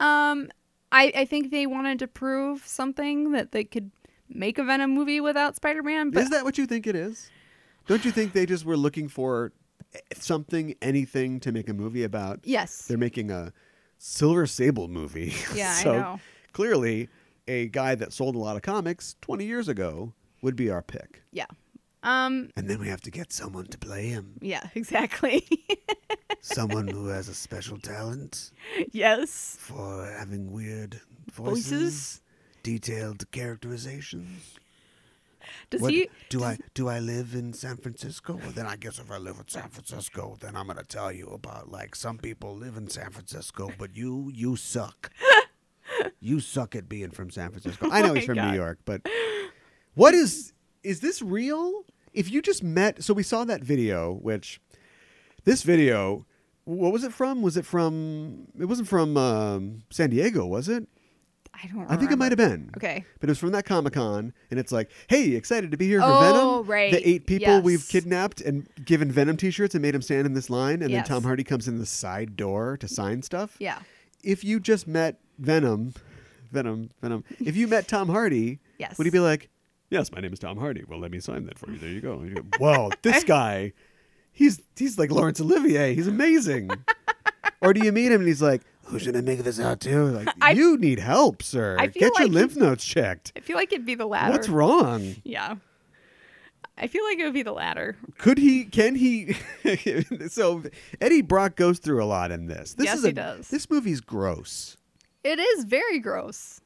Um, I, I think they wanted to prove something that they could make a Venom movie without Spider Man. But is that what you think it is? Don't you think they just were looking for something, anything to make a movie about? yes. They're making a Silver Sable movie. Yeah, I so know. Clearly, a guy that sold a lot of comics 20 years ago would be our pick. Yeah. Um. And then we have to get someone to play him. Yeah. Exactly. Someone who has a special talent yes. for having weird voices, Voices. detailed characterizations. Does he? do I do I live in San Francisco? Well, then I guess if I live in San Francisco, then I'm gonna tell you about like some people live in San Francisco, but you you suck. you suck at being from San Francisco. I know he's Oh my from God. New York, but what is is this real? If you just met, so we saw that video, which this video, what was it from? Was it from? It wasn't from um, San Diego, was it? I don't. Remember. I think it might have been. Okay. But it was from that Comic Con, and it's like, hey, excited to be here for Oh, Venom. right. The eight people Yes. we've kidnapped and given Venom t shirts and made them stand in this line, and Yes. then Tom Hardy comes in the side door to sign stuff. Yeah. If you just met Venom, Venom, Venom, if you met Tom Hardy, Yes. would he be like, yes, my name is Tom Hardy. Well, let me sign that for you. There you go. And you go, Whoa, this guy, he's, he's like Laurence Olivier. He's amazing. or do you meet him and he's like, who's going to make this out to? Like, I- you need help, sir. I feel Get your like he- lymph nodes checked. I feel like it'd be the latter. What's wrong? Yeah. I feel like it would be the latter. Could he? Can he? so Eddie Brock goes through a lot in this. This Yes, is a, he does. This movie's gross, It is very gross.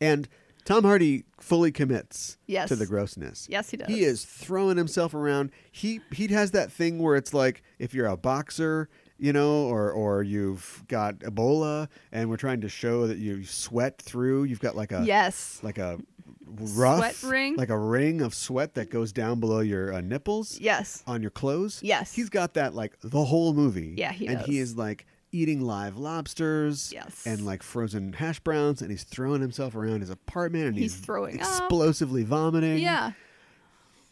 and Tom Hardy fully commits Yes. to the grossness. Yes, he does. He is throwing himself around. He he has that thing where it's like if you're a boxer, you know, or or you've got Ebola, and we're trying to show that you sweat through. You've got like a Yes. like a rough Sweat ring? like a ring of sweat that goes down below your uh, nipples. Yes. on your clothes. Yes. He's got that like the whole movie. Yeah, he And he does. is like eating live lobsters Yes. and like frozen hash browns and he's throwing himself around his apartment and He's he's, throwing up. explosively vomiting. Yeah.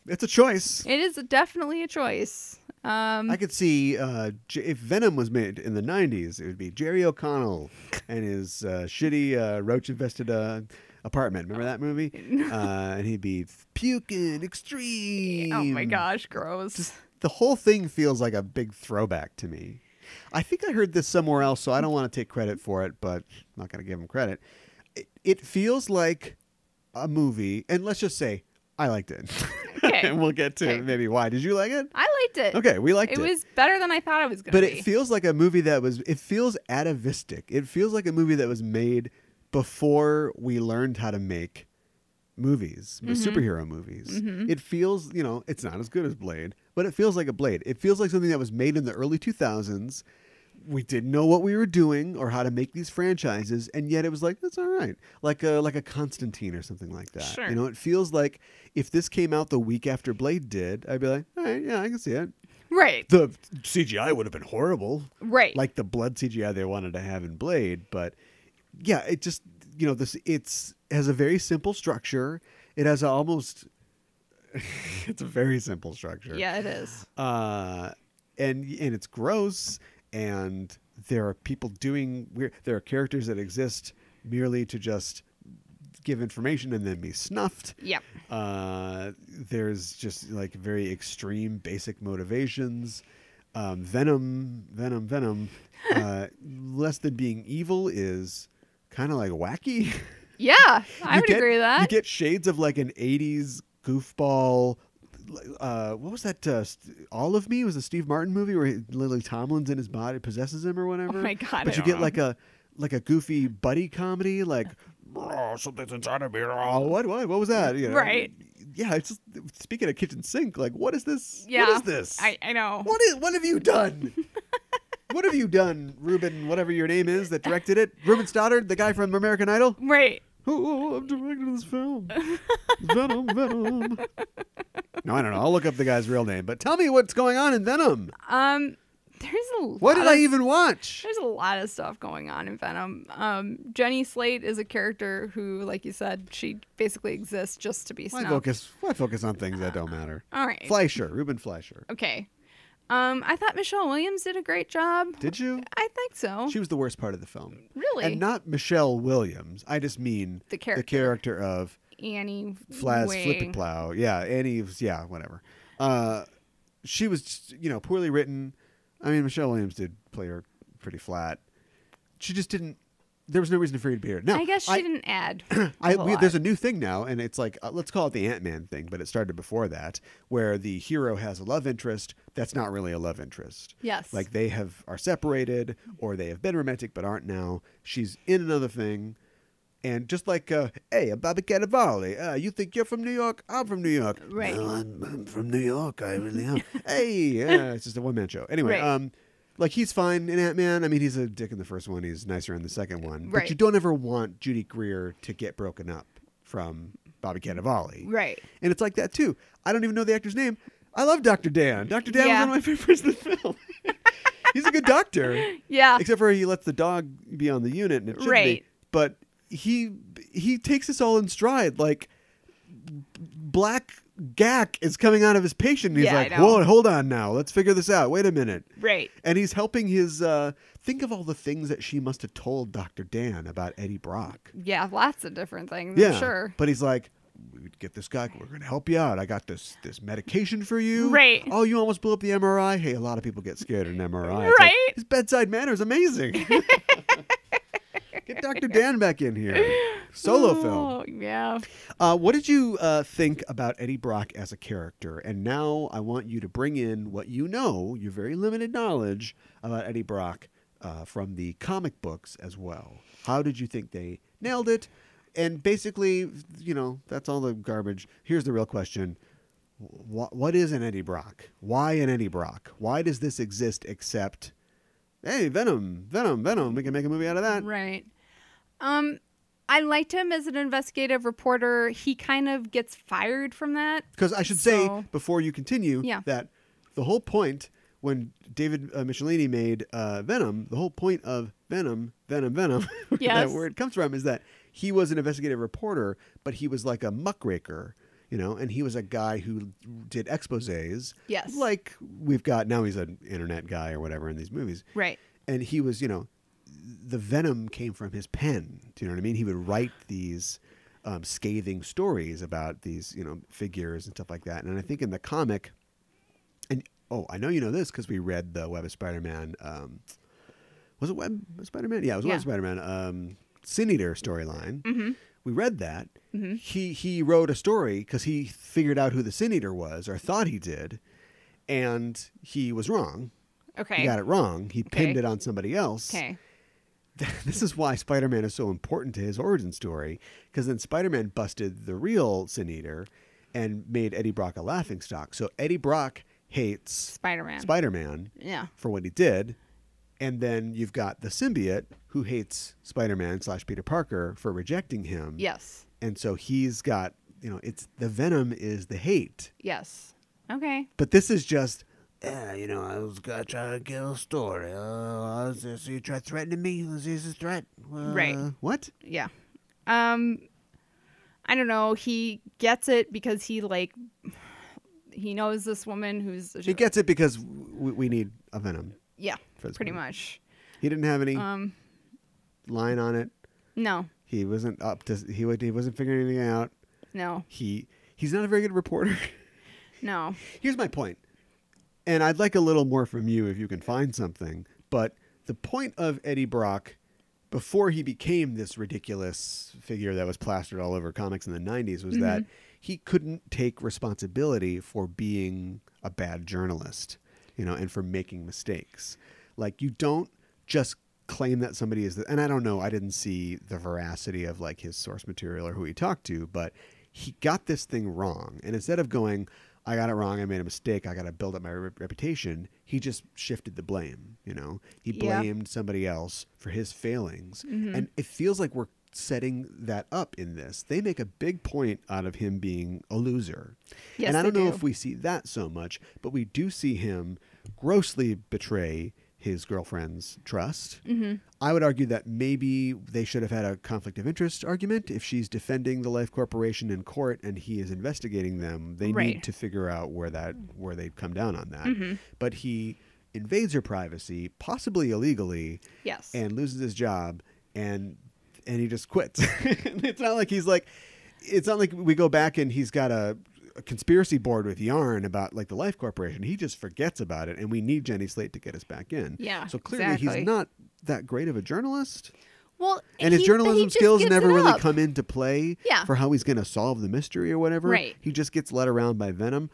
It's a choice. It is definitely a choice. Um. I could see uh, J- if Venom was made in the 90s, it would be Jerry O'Connell and his uh, shitty uh, roach infested uh, apartment. Remember that movie? uh, and he'd be puking extreme. oh my gosh, gross. the whole thing feels like a big throwback to me. I think I heard this somewhere else, so I don't want to take credit for it, but I'm not going to give him credit. It, it feels like a movie, and let's just say I liked it. Okay. and we'll get to Okay. maybe why. Did you like it? I liked it. Okay, we liked It it. was better than I thought it was going to but be. it feels like a movie that was, it feels atavistic. It feels like a movie that was made before we learned how to make movies, Mm-hmm. superhero movies. It feels, you know, it's not as good as Blade, but it feels like a Blade. It feels like something that was made in the early 2000s. We didn't know what we were doing or how to make these franchises, and yet it was like that's all right, like a like a Constantine or something like that. Sure. You know, it feels like if this came out the week after Blade did, I'd be like, all right, yeah, I can see it. right. The CGI would have been horrible, right. like the blood CGI they wanted to have in Blade, but yeah, it just you know this it's has a very simple structure. It has a almost it's a very simple structure. yeah, it is. Uh, and and it's gross and there are people doing weird there are characters that exist merely to just give information and then be snuffed. Yep. Uh, there's just like very extreme basic motivations. Um, Venom, Venom, Venom. Uh, less than being evil is kind of like wacky. Yeah, I You would get- agree with that. You get shades of like an '80s goofball. Uh, what was that? Uh, St- All of Me was a Steve Martin movie where he- Lily Tomlin's in his body possesses him or whatever. Oh my God, I But you don't get know. like a like a goofy buddy comedy, like "Oh, something's inside of me. Oh, what, what, what was that? You know? Right. Yeah. It's just, speaking of kitchen sink, like, what is this? Yeah. What is this? I, I know. What is? What have you done? what have you done, Ruben? Whatever your name is that directed it, Ruben Stoddard, the guy from American Idol. Right. Oh, oh, I'm directing this film. Venom, Venom. No, I don't know. I'll look up the guy's real name. But tell me what's going on in Venom. Um, there's a What lot did of- I even watch? There's a lot of stuff going on in Venom. Um, Jenny Slate is a character who, like you said, she basically exists just to be Why snubbed. focus? Why focus on things that don't matter? All right. Fleischer, Ruben Fleischer. Okay. Um, I thought Michelle Williams did a great job. Did you? I think so. She was the worst part of the film. really? And not Michelle Williams. I just mean The character. character of Annie Flaz Way. Flippy Plow. Yeah, Annie. was- Yeah, whatever. Uh, she was, just, you know, poorly written. I mean, Michelle Williams did play her pretty flat. She just didn't. There was no reason for her to be here. Now, I guess she didn't add. I, whole we, lot. there's a new thing now, and it's like uh, let's call it the Ant Man thing, but it started before that, where the hero has a love interest that's not really a love interest. Yes. like they have are separated, or they have been romantic but aren't now. She's in another thing, and just like, uh, hey, I'm Bobby Cannavale. Uh, you think you're from New York? I'm from New York. Right. "No, I'm, I'm from New York. I really am. hey, uh, it's just a one man show. Anyway, Right. um. Like he's fine in Ant Man. I mean, he's a dick in the first one. He's nicer in the second one. But Right. you don't ever want Judy Greer to get broken up from Bobby Cannavale. right. And it's like that too. I don't even know the actor's name. I love Dr. Dan. Dr. Dan Yeah. was one of my favorites in the film. He's a good doctor. Yeah. Except for he lets the dog be on the unit and it should Right. be. But he he takes us all in stride. Like black gack is coming out of his patient and he's Yeah, I like, know. Whoa, hold on now. Let's figure this out. Wait a minute right. and he's helping his uh think of all the things that she must have told dr dan about eddie brock Yeah. Lots of different things. yeah Mm, Sure. but he's like "We get this guy we're gonna help you out i got this this medication for you Right. oh you almost blew up the mri hey a lot of people get scared in an mri It's like, Right. his bedside manner is amazing get dr dan back in here solo film Oh, yeah. uh, what did you uh, think about Eddie Brock as a character? And now I want you to bring in what you know, your very limited knowledge about Eddie Brock uh, from the comic books as well. How did you think they nailed it? And basically, you know, that's all the garbage. Here's the real question. Wh- what is an Eddie Brock? Why an Eddie Brock? Why does this exist except, hey, Venom, Venom, Venom, we can make a movie out of that? Right. Um, I liked him as an investigative reporter. He kind of gets fired from that. Because I should So- say before you continue Yeah. that the whole point when David uh, Michelini made uh, Venom, the whole point of Venom, Venom, Venom, Yes. that where it comes from is that he was an investigative reporter, but he was like a muckraker, you know, and he was a guy who did exposés. Yes. Like we've got now he's an internet guy or whatever in these movies. Right. And he was, you know, the venom came from his pen. Do you know what I mean? He would write these um, scathing stories about these, you know, figures and stuff like that. And I think in the comic, and oh, I know you know this because we read the Web of Spider-Man. Um, was it Web of Spider-Man? Yeah, it was Web Yeah. of Spider-Man. Um, Sin Eater storyline. Mm-hmm. We read that. He he wrote a story because he figured out who the Sin Eater was, or thought he did, and he was wrong. Okay. He got it wrong. He pinned Okay. it on somebody else Okay. this is why Spider-Man is so important to his origin story, because then Spider-Man busted the real Sin Eater and made Eddie Brock a laughingstock. So Eddie Brock hates Spider Man. Spider-Man yeah. for what he did, and then you've got the symbiote who hates Spider-Man slash Peter Parker for rejecting him. Yes. and so he's got you know it's the venom is the hate, Yes. Okay. but this is just Yeah, you know, I was gonna try to get a story. Uh, I was just, you try threatening me? Was this a threat? Uh, Right. uh, what? Yeah. Um I don't know, he gets it because he like he knows this woman who's He gets it because we, we need a venom. yeah, for this pretty woman. much. He didn't have any Um line on it. no. He wasn't up to he wa- he wasn't figuring anything out. No. He he's not a very good reporter. No. Here's my point. And I'd like a little more from you if you can find something, but the point of Eddie Brock before he became this ridiculous figure that was plastered all over comics in the 90s was that he couldn't take responsibility for being a bad journalist, you know, and for making mistakes. Like you don't just claim that somebody is the, and I don't know, I didn't see the veracity of like his source material or who he talked to, but he got this thing wrong. And instead of going, I got it wrong, I made a mistake, I got to build up my re- reputation, he just shifted the blame, you know. He Yeah. Mm-hmm. blamed somebody else for his failings. And it feels like we're setting that up in this. They make a big point out of him being a loser. Yes, and I they don't know do. if we see that so much, but we do see him grossly betray his girlfriend's trust. Mm-hmm. I would argue that maybe they should have had a conflict of interest argument. If she's defending the Life Corporation in court and he is investigating them, they Right. need to figure out where that where they come down on that. But he invades her privacy, possibly illegally, Yes. and loses his job and and he just quits. it's not like he's like it's not like we go back and he's got a, a conspiracy board with yarn about like the life corporation. He just forgets about it and we need Jenny Slate to get us back in. Yeah, So clearly exactly. he's not that great of a journalist. well, And he- his but he journalism just skills gives never it really up. come into play Yeah. for how he's going to solve the mystery or whatever. Right. He just gets led around by Venom.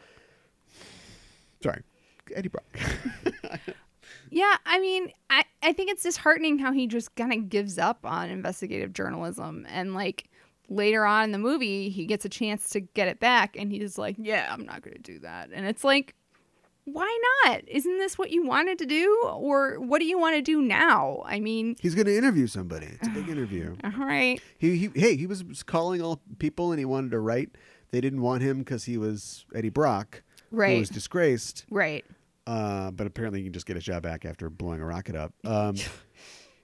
Sorry. Eddie Brock. Yeah, I mean, I, I think it's disheartening how he just kind of gives up on investigative journalism. And like later on in the movie, he gets a chance to get it back and he's like, yeah, I'm not going to do that. And it's like, why not? Isn't this what you wanted to do? Or what do you want to do now? I mean, he's going to interview somebody. It's a big interview. all right. He, he hey, he was calling all people, and he wanted to write. They didn't want him because he was Eddie Brock, Right. Who was disgraced, Right. uh, but apparently he can just get his job back after blowing a rocket up. Um,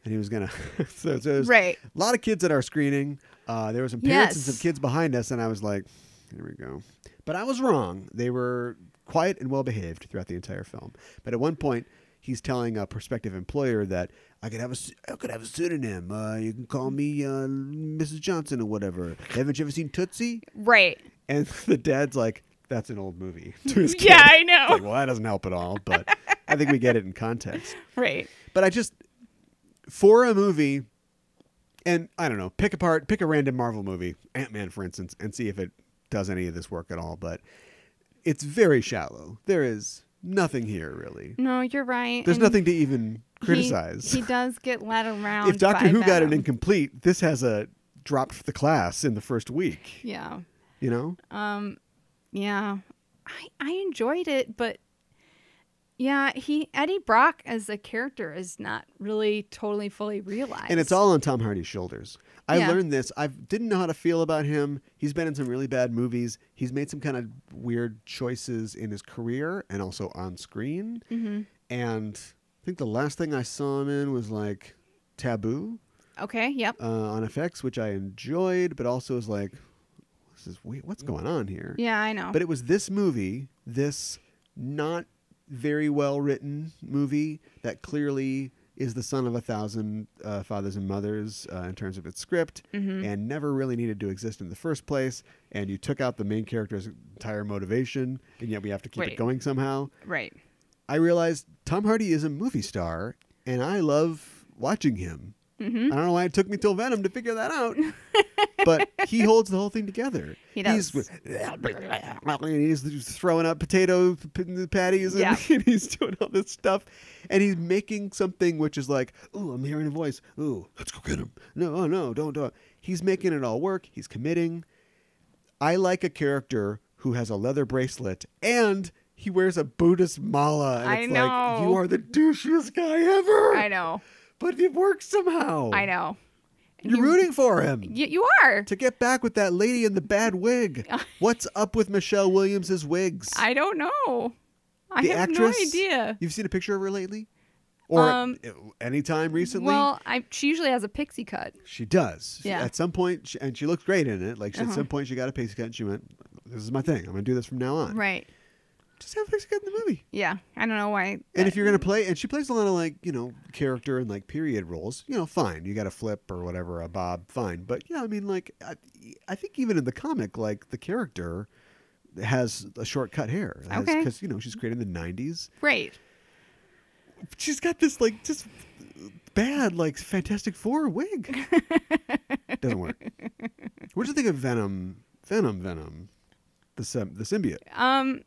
and he was gonna. so, so there's Right. A lot of kids at our screening. Uh, there were some parents and Yes. some kids behind us, and I was like, "Here we go." But I was wrong. They were quiet and well behaved throughout the entire film. But at one point, he's telling a prospective employer that I could have a s- I could have a pseudonym. Uh, you can call me uh, Mrs. Johnson or whatever. Haven't you ever seen Tootsie? Right. And the dad's like, "That's an old movie." To his kid. Yeah, I It's like, know. well, that doesn't help at all. But I think we get it in context. Right. But I just for a movie, and I don't know, pick apart, pick a random Marvel movie, Ant Man, for instance, and see if it does any of this work at all. But it's very shallow. There is nothing here really. No, you're right. There's And nothing to even he- criticize. He, does get led around. if Doctor by Who got an Venom. incomplete, this has a dropped the class in the first week. Yeah. You know, Yeah. I I enjoyed it, but yeah, he Eddie Brock as a character is not really totally fully realized. and it's all on Tom Hardy's shoulders. I Yeah. learned this. I didn't know how to feel about him. He's been in some really bad movies. He's made some kind of weird choices in his career and also on screen. Mm-hmm. And I think the last thing I saw him in was like Taboo Okay, yep. uh, on FX, which I enjoyed, but also was like, this is weird. What's going on here? Mm. yeah, I know. But it was this movie, this not very well written movie that clearly is the son of a thousand uh, fathers and mothers uh, in terms of its script Mm-hmm. and never really needed to exist in the first place. And you took out the main character's entire motivation, and yet we have to keep Right. it going somehow. right. I realized Tom Hardy is a movie star, and I love watching him. Mm-hmm. I don't know why it took me till Venom to figure that out, but he holds the whole thing together. He does. He's, and he's throwing up potato p- patties, and, and he's doing all this stuff, and he's making something which is like, "Ooh, I'm hearing a voice. Ooh, let's go get him. No, oh, no, don't do it." He's making it all work. He's committing. I like a character who has a leather bracelet and he wears a Buddhist mala. And I it's know. like, you are the douchiest guy ever. I know. But it works somehow. I know. You're rooting for him You, you are. to get back with that lady in the bad wig. What's up with Michelle Williams's wigs? I don't know. I the have actress? no idea. You've seen a picture of her lately? Or Um, anytime recently? Well, I she usually has a pixie cut. She does. She- Yeah. Uh-huh. At some point, she, and she looked great in it. Like at some point, she got a pixie cut, and she went, "This is my thing. I'm gonna do this from now on." Right. Just have a pixie cut in the movie. Yeah. I don't know why. And if you're gonna play, and she plays a lot of like you know character and like period roles, you know, fine. You got a flip or whatever, a bob, fine. But yeah, I mean, like, I, I think even in the comic, like the character has a short cut hair Okay. because you know she's created in the '90s. Right. She's got this like just bad like Fantastic Four wig. Doesn't work. What do you think of Venom? Venom, Venom, the sym- the symbiote. Um,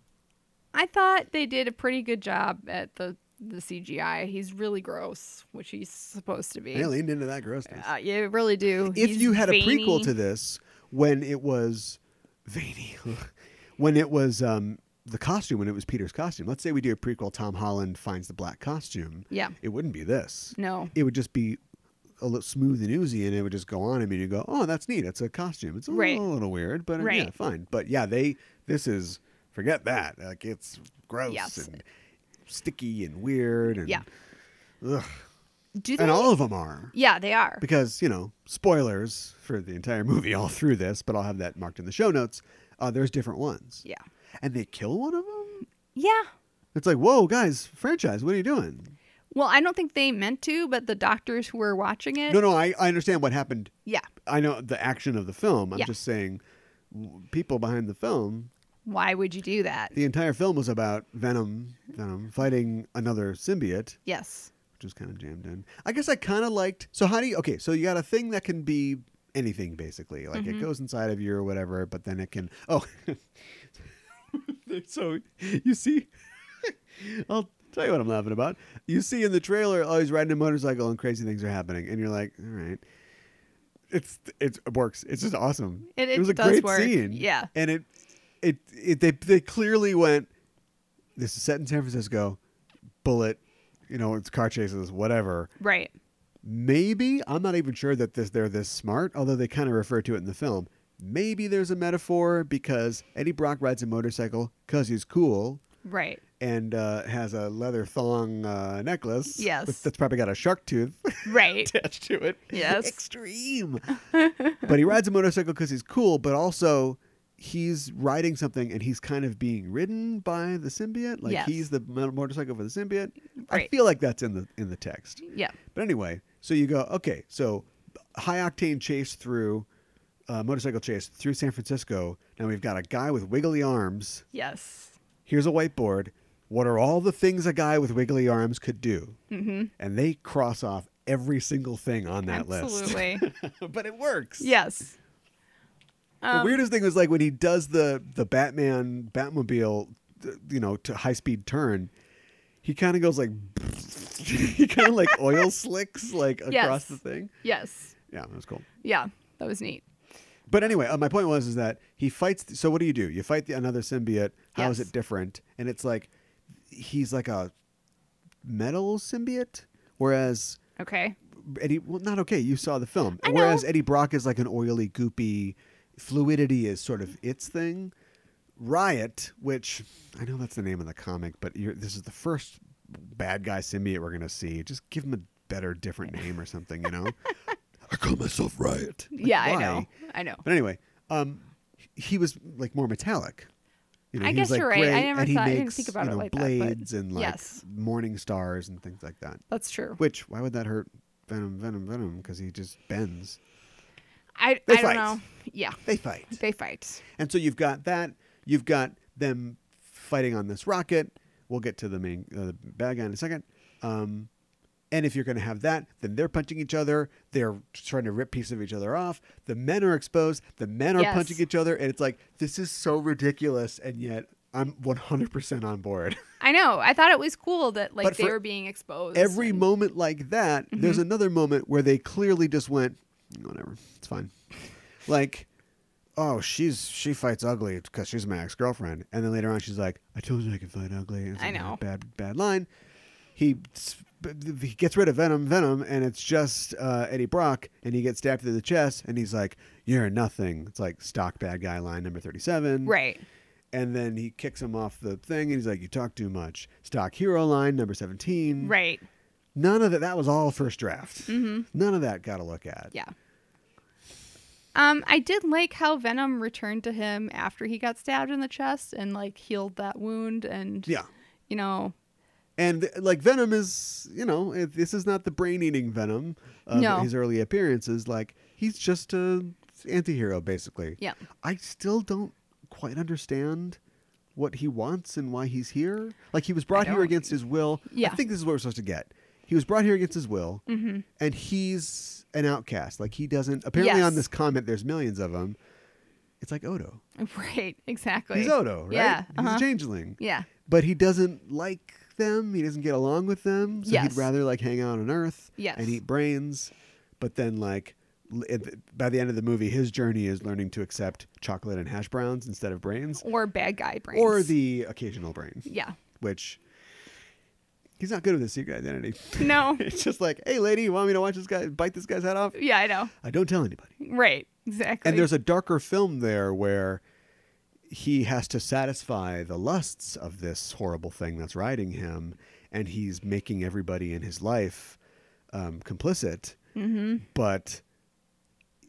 I thought they did a pretty good job at the the CGI. He's really gross, which he's supposed to be. They leaned into that grossness. Uh, you really do. if He's you had a prequel veiny. to this when it was veiny when it was um the costume when it was peter's costume let's say we do a prequel tom holland finds the black costume Yeah. it wouldn't be this No. it would just be a little smooth and oozy and it would just go on i mean you go oh that's neat it's a costume it's a Right. little, little weird but uh, yeah Right. fine but yeah they this is forget that like it's gross Yes. and sticky and weird and Yeah. ugh. Do they? and all of them are yeah, they are. because you know spoilers for the entire movie all through this but i'll have that marked in the show notes uh, there's different ones yeah. and they kill one of them Yeah. it's like whoa guys franchise what are you doing Well, I don't think they meant to, but the doctors who were watching it. no no i, I understand what happened Yeah. i know the action of the film i'm Yeah. just saying w- people behind the film Why would you do that? the entire film was about venom venom fighting another symbiote Yes. which is kind of jammed in. I guess I kind of liked. So how do you? Okay, so you got a thing that can be anything basically. Like Mm-hmm. it goes inside of you or whatever, but then it can. Oh, so you see, I'll tell you what I'm laughing about. You see in the trailer, oh, he's riding a motorcycle and crazy things are happening, and you're like, all right. It's it's it works. It's just awesome. It- it was a does great work. scene. Yeah. and it, it it they they clearly went. This is set in San Francisco bullet, you know, it's car chases, whatever. Right. Maybe I'm not even sure that this they're this smart, although they kind of refer to it in the film. Maybe there's a metaphor because Eddie Brock rides a motorcycle because he's cool Right. and uh, has a leather thong uh, necklace. Yes. with- that's probably got a shark tooth Right. attached to it. Yes. extreme. but he rides a motorcycle because he's cool, but also he's riding something and he's kind of being ridden by the symbiote. Like Yes. he's the mo- motorcycle for the symbiote. I Right. feel like that's in the in the text. yeah. But anyway, so you go okay. So high octane chase through uh, motorcycle chase through San Francisco. Now we've got a guy with wiggly arms. Yes. Here's a whiteboard. What are all the things a guy with wiggly arms could do? Mm-hmm. And they cross off every single thing on that list Absolutely. um, but it works. yes. the weirdest thing was like when he does the the Batman Batmobile, th- you know, to high speed turn. He kind of goes like, he kind of like oil slicks like across Yes. the thing. Yes. Yeah, that was cool. Yeah. That was neat. But anyway, uh, my point was is that he fights. So what do you do? You fight the, another symbiote. How is Yes. it different? And it's like he's like a metal symbiote, whereas Okay. Eddie, well, not okay. You saw the film. I know. Whereas Eddie Brock is like an oily, goopy, fluidity is sort of its thing. Riot, which I know that's the name of the comic, but you're, this is the first bad guy symbiote we're gonna see. Just give him a better, different name or something, you know? I call myself Riot. Like, yeah, I why? know. I know. But anyway, um, he was like more metallic. You know, I he guess was, like, you're right. I gray, never and he thought- I makes, didn't think about you it know, like that, but blades and like yes. morning stars and things like that. That's true. Which why would that hurt Venom? Venom? Venom? Because he just bends. I, They I fight. don't know. Yeah. They fight, They fight. and so you've got that. You've got them fighting on this rocket. We'll get to the main uh, the bad guy in a second. Um, and if you're going to have that, then they're punching each other. They're trying to rip pieces of each other off. The men are exposed. The men are Yes. punching each other, and it's like this is so ridiculous, and yet I'm 100% on board. I know. I thought it was cool that like But they for were being exposed. every and- moment like that, Mm-hmm. there's another moment where they clearly just went, whatever, it's fine. Like, oh, she's she fights ugly because she's my ex girlfriend, and then later on she's like, I told you I could fight ugly. and it's I like a know. bad bad line. He s- b- b- he gets rid of Venom, Venom, and it's just uh, Eddie Brock, and he gets stabbed through the chest, and he's like, "You're nothing." It's like stock bad guy line number thirty-seven, Right. And then he kicks him off the thing, and he's like, "You talk too much." Stock hero line number seventeen, Right. None of that. That was all first draft. None of that got to look at. Mm-hmm. Yeah. Um, I did like how Venom returned to him after he got stabbed in the chest and like healed that wound and Yeah. you know And like Venom is, you know, it, this is not the brain-eating Venom of No. his early appearances. Like he's just a anti-hero, basically. Yeah. I still don't quite understand what he wants and why he's here. Like he was brought here don't- against his will. I Yeah. Mm-hmm. think this is what we're supposed to get. He was brought here against his will, and he's an outcast. Like he doesn't. Apparently, Yes. on this comment, there's millions of them. It's like Odo. right exactly He's Odo, right? yeah He's uh-huh. a changeling. yeah But he doesn't like like them. He doesn't get along with them. So Yes. he'd rather like hang out on Earth Yes. and eat brains. But then like l- at the- by the end of the movie, his journey is learning to accept chocolate and hash browns instead of brains or bad guy brains. or the occasional brain, yeah. which he's not good with his secret identity. No. it's just like, hey, lady, you want me to watch this guy bite this guy's head off? yeah, I know. I don't tell anybody. Right. Exactly. And there's a darker film there where he has to satisfy the lusts of this horrible thing that's riding him, and he's making everybody in his life um, complicit. Mm-hmm. But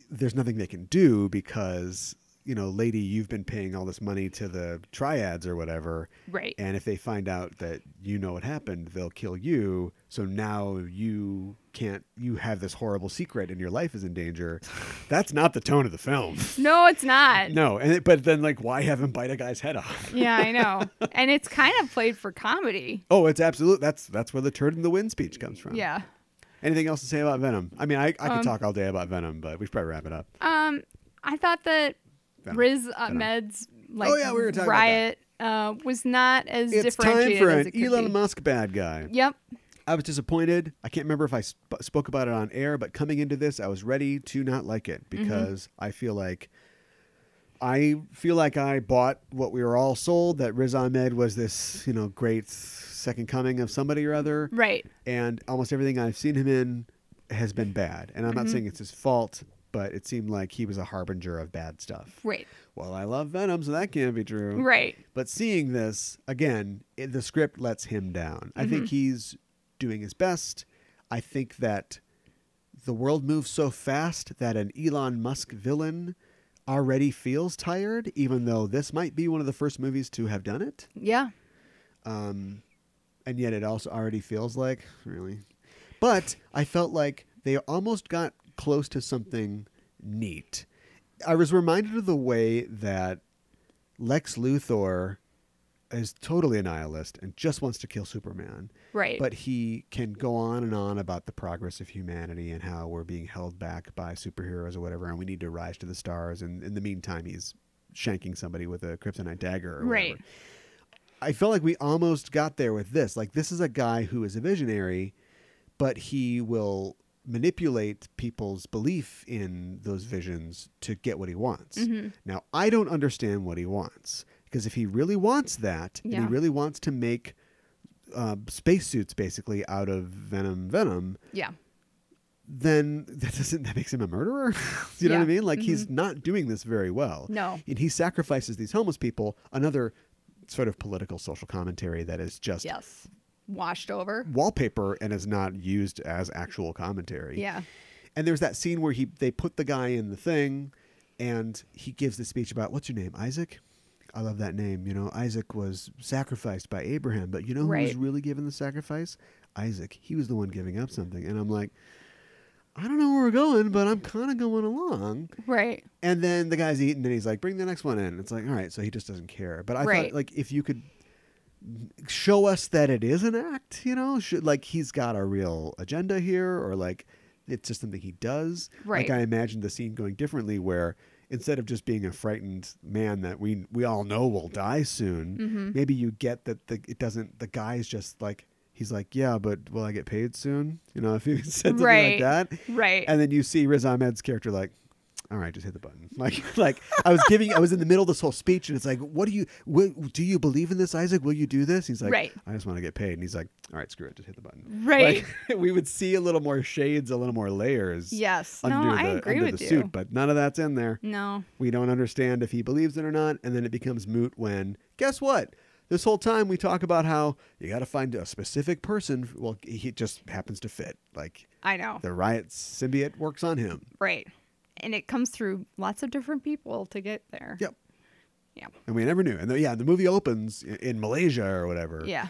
there's nothing they can do because you know, lady, you've been paying all this money to the triads or whatever, right. and if they find out that you know what happened, they'll kill you. So now you can't, you have this horrible secret and your life is in danger. That's not the tone of the film. no, it's not. No. And it, but then, like, why have him bite a guy's head off? Yeah, I know. and it's kind of played for comedy. Oh, it's absolute. That's that's where the turd in the wind speech comes from. Yeah. Anything else to say about Venom? I mean, I, I could talk all day about Venom, but we should probably wrap it up. Um, I thought that Venom. Riz Ahmed's like Oh, yeah, we were talking about riot uh, was not as It's time differentiated for as an it could Elon be. Musk bad guy. Yep. I was disappointed. I can't remember if I sp- spoke about it on air, but coming into this, I was ready to not like it Mm-hmm. because I feel like I feel like I bought what we were all sold that Riz Ahmed was this, you know, great second coming of somebody or other. Right. And almost everything I've seen him in has been bad. And I'm Mm-hmm. not saying it's his fault, but it seemed like he was a harbinger of bad stuff. Right. Well, I love Venom, so that can't be true. Right. But seeing this again, it, the script lets him down. I think he's doing his best. I think that the world moves so fast that an Elon Musk villain already feels tired, even though this might be one of the first movies to have done it. Yeah. Um, And yet it also already feels like, really? But I felt like they almost got close to something neat. I was reminded of the way that Lex Luthor is totally a nihilist and just wants to kill Superman. Right. But he can go on and on about the progress of humanity and how we're being held back by superheroes or whatever, and we need to rise to the stars. And in the meantime, he's shanking somebody with a kryptonite dagger. Or Right. Whatever. I felt like we almost got there with this. Like this is a guy who is a visionary, but he will manipulate people's belief in those visions to get what he wants. Mm-hmm. Now, I don't understand what he wants because if he really wants that, and Yeah. he really wants to make uh, spacesuits basically out of venom, venom, Yeah. then that doesn't that makes him a murderer. you know Yeah. what I Mm-hmm. mean? Like he's not doing this very well. No. and he sacrifices these homeless people. Another sort of political social commentary that is just Yes. Washed over. wallpaper and is not used as actual commentary. Yeah. And there's that scene where he they put the guy in the thing, and he gives the speech about what's your name, Isaac. I love that name. You know, Isaac was sacrificed by Abraham, but you know who was Right. really giving the sacrifice? Isaac. He was the one giving up something. And I'm like, I don't know where we're going, but I'm kind of going along. Right. And then the guy's eating, and he's like, "Bring the next one in." It's like, all right, so he just doesn't care. But I Right. thought, like, if you could show us that it is an act, you know, should, like he's got a real agenda here, or like it's just something he does. Right. Like I imagined the scene going differently, where instead of just being a frightened man that we we all know will die soon, Mm-hmm. maybe you get that the it doesn't. The guy's just like. He's like, yeah, but will I get paid soon? You know, if he said something Right. like that, Right. and then you see Riz Ahmed's character like, all right, just hit the button. Like, like I was giving, I was in the middle of this whole speech, and it's like, what do you, what, do you believe in this, Isaac? Will you do this? He's like, Right. I just want to get paid, and he's like, all right, screw it, just hit the button. Right. Like, we would see a little more shades, a little more layers. Yes. No, Under the, I agree under with the you. Mm. suit, but none of that's in there. no. We don't understand if he believes it or not, and then it becomes moot when guess what? This whole time we talk about how you got to find a specific person. Well, he just happens to fit. Like I know. the riot symbiote works on him. Right. And it comes through lots of different people to get there. Yep. Yeah. And we never knew. And the, yeah, the movie opens in, in Malaysia or whatever. Yeah.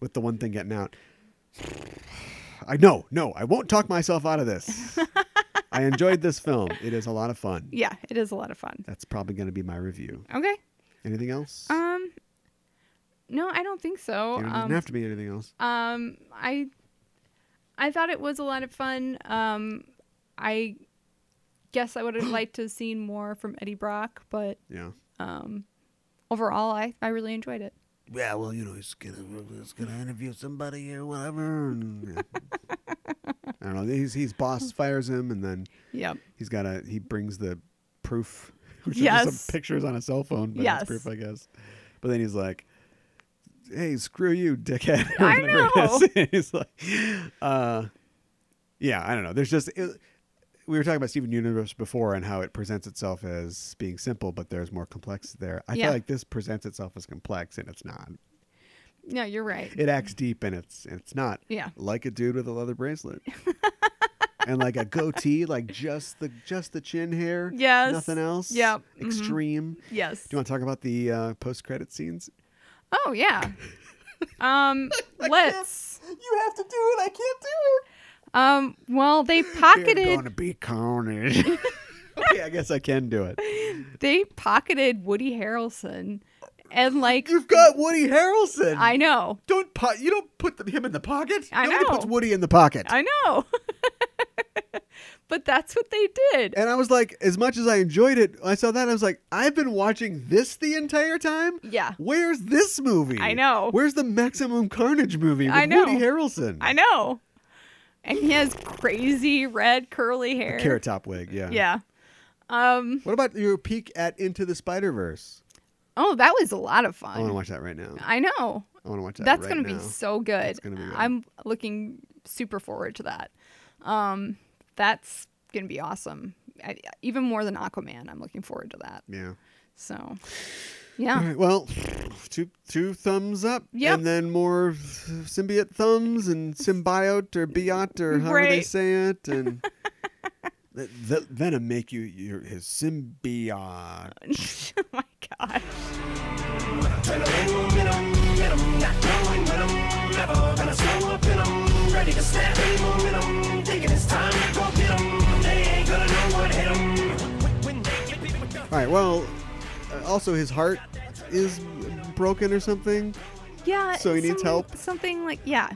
With the one thing getting out. I no, no, I won't talk myself out of this. I enjoyed this film. It is a lot of fun. Yeah. It is a lot of fun. That's probably going to be my review. Okay. Anything else? Um. No, I don't think so. it doesn't Um, have to be anything else. um i i thought it was a lot of fun um i guess i would have liked to have seen more from eddie brock but yeah. overall i i really enjoyed it yeah, well, you know, he's gonna he's gonna interview somebody or whatever. And, yeah. Mm, I don't know. He's, he's boss fires him, and then Yep. he's got a he brings the proof, which are just Yes. some pictures on his cell phone. But Yes. it's proof, I guess. But then he's like, "Hey, screw you, dickhead!" or I whatever it is. he's like, uh, "Yeah, I don't know." There's just it, we were talking about Steven Universe before and how it presents itself as being simple, but there's more complexity there. I Yeah. feel like this presents itself as complex, and it's not. No, you're right. It acts deep, and it's and it's not. Yeah. like a dude with a leather bracelet. and like a goatee, like just the just the chin hair. Yes. Nothing else. Yep. Mhm. Extreme. yes. Do you want to talk about the uh, post credit scenes? Oh yeah. Um, let's. You have to do it. I can't do Um, well, they You're pocketed. gonna be carnage. okay, I guess I can do it. They pocketed Woody Harrelson, and like You've got Woody Harrelson. I know, don't po- you don't put the, him in the pocket. I Nobody know. puts Woody in the pocket. I know. but that's what they did. and I was like, as much as I enjoyed it, I saw that I was like, I've been watching this the entire time. Yeah. Where's this movie? I know. Where's the Maximum Carnage movie with I know. Woody Harrelson? I know. And he has crazy red curly hair. Carrot top wig. Yeah. Yeah. Um. What about your peek at Into the Spider Verse? Oh, that was a lot of I want to fun. watch that right now. I know. I want to watch that. That's right gonna be now. so good. gonna be good. I'm looking super forward to that. Um, that's gonna be awesome. I, even more than Aquaman, I'm looking forward to that. Yeah. So, All yeah, right. Well, two two thumbs up. Yep. And then more symbiote thumbs and symbiote or biot or however they Right. say it and. Th- th- Venom make you your his symbiote. oh my god, All right. Well, uh, also his heart is broken or something. yeah. So he needs something- help? Something like yeah,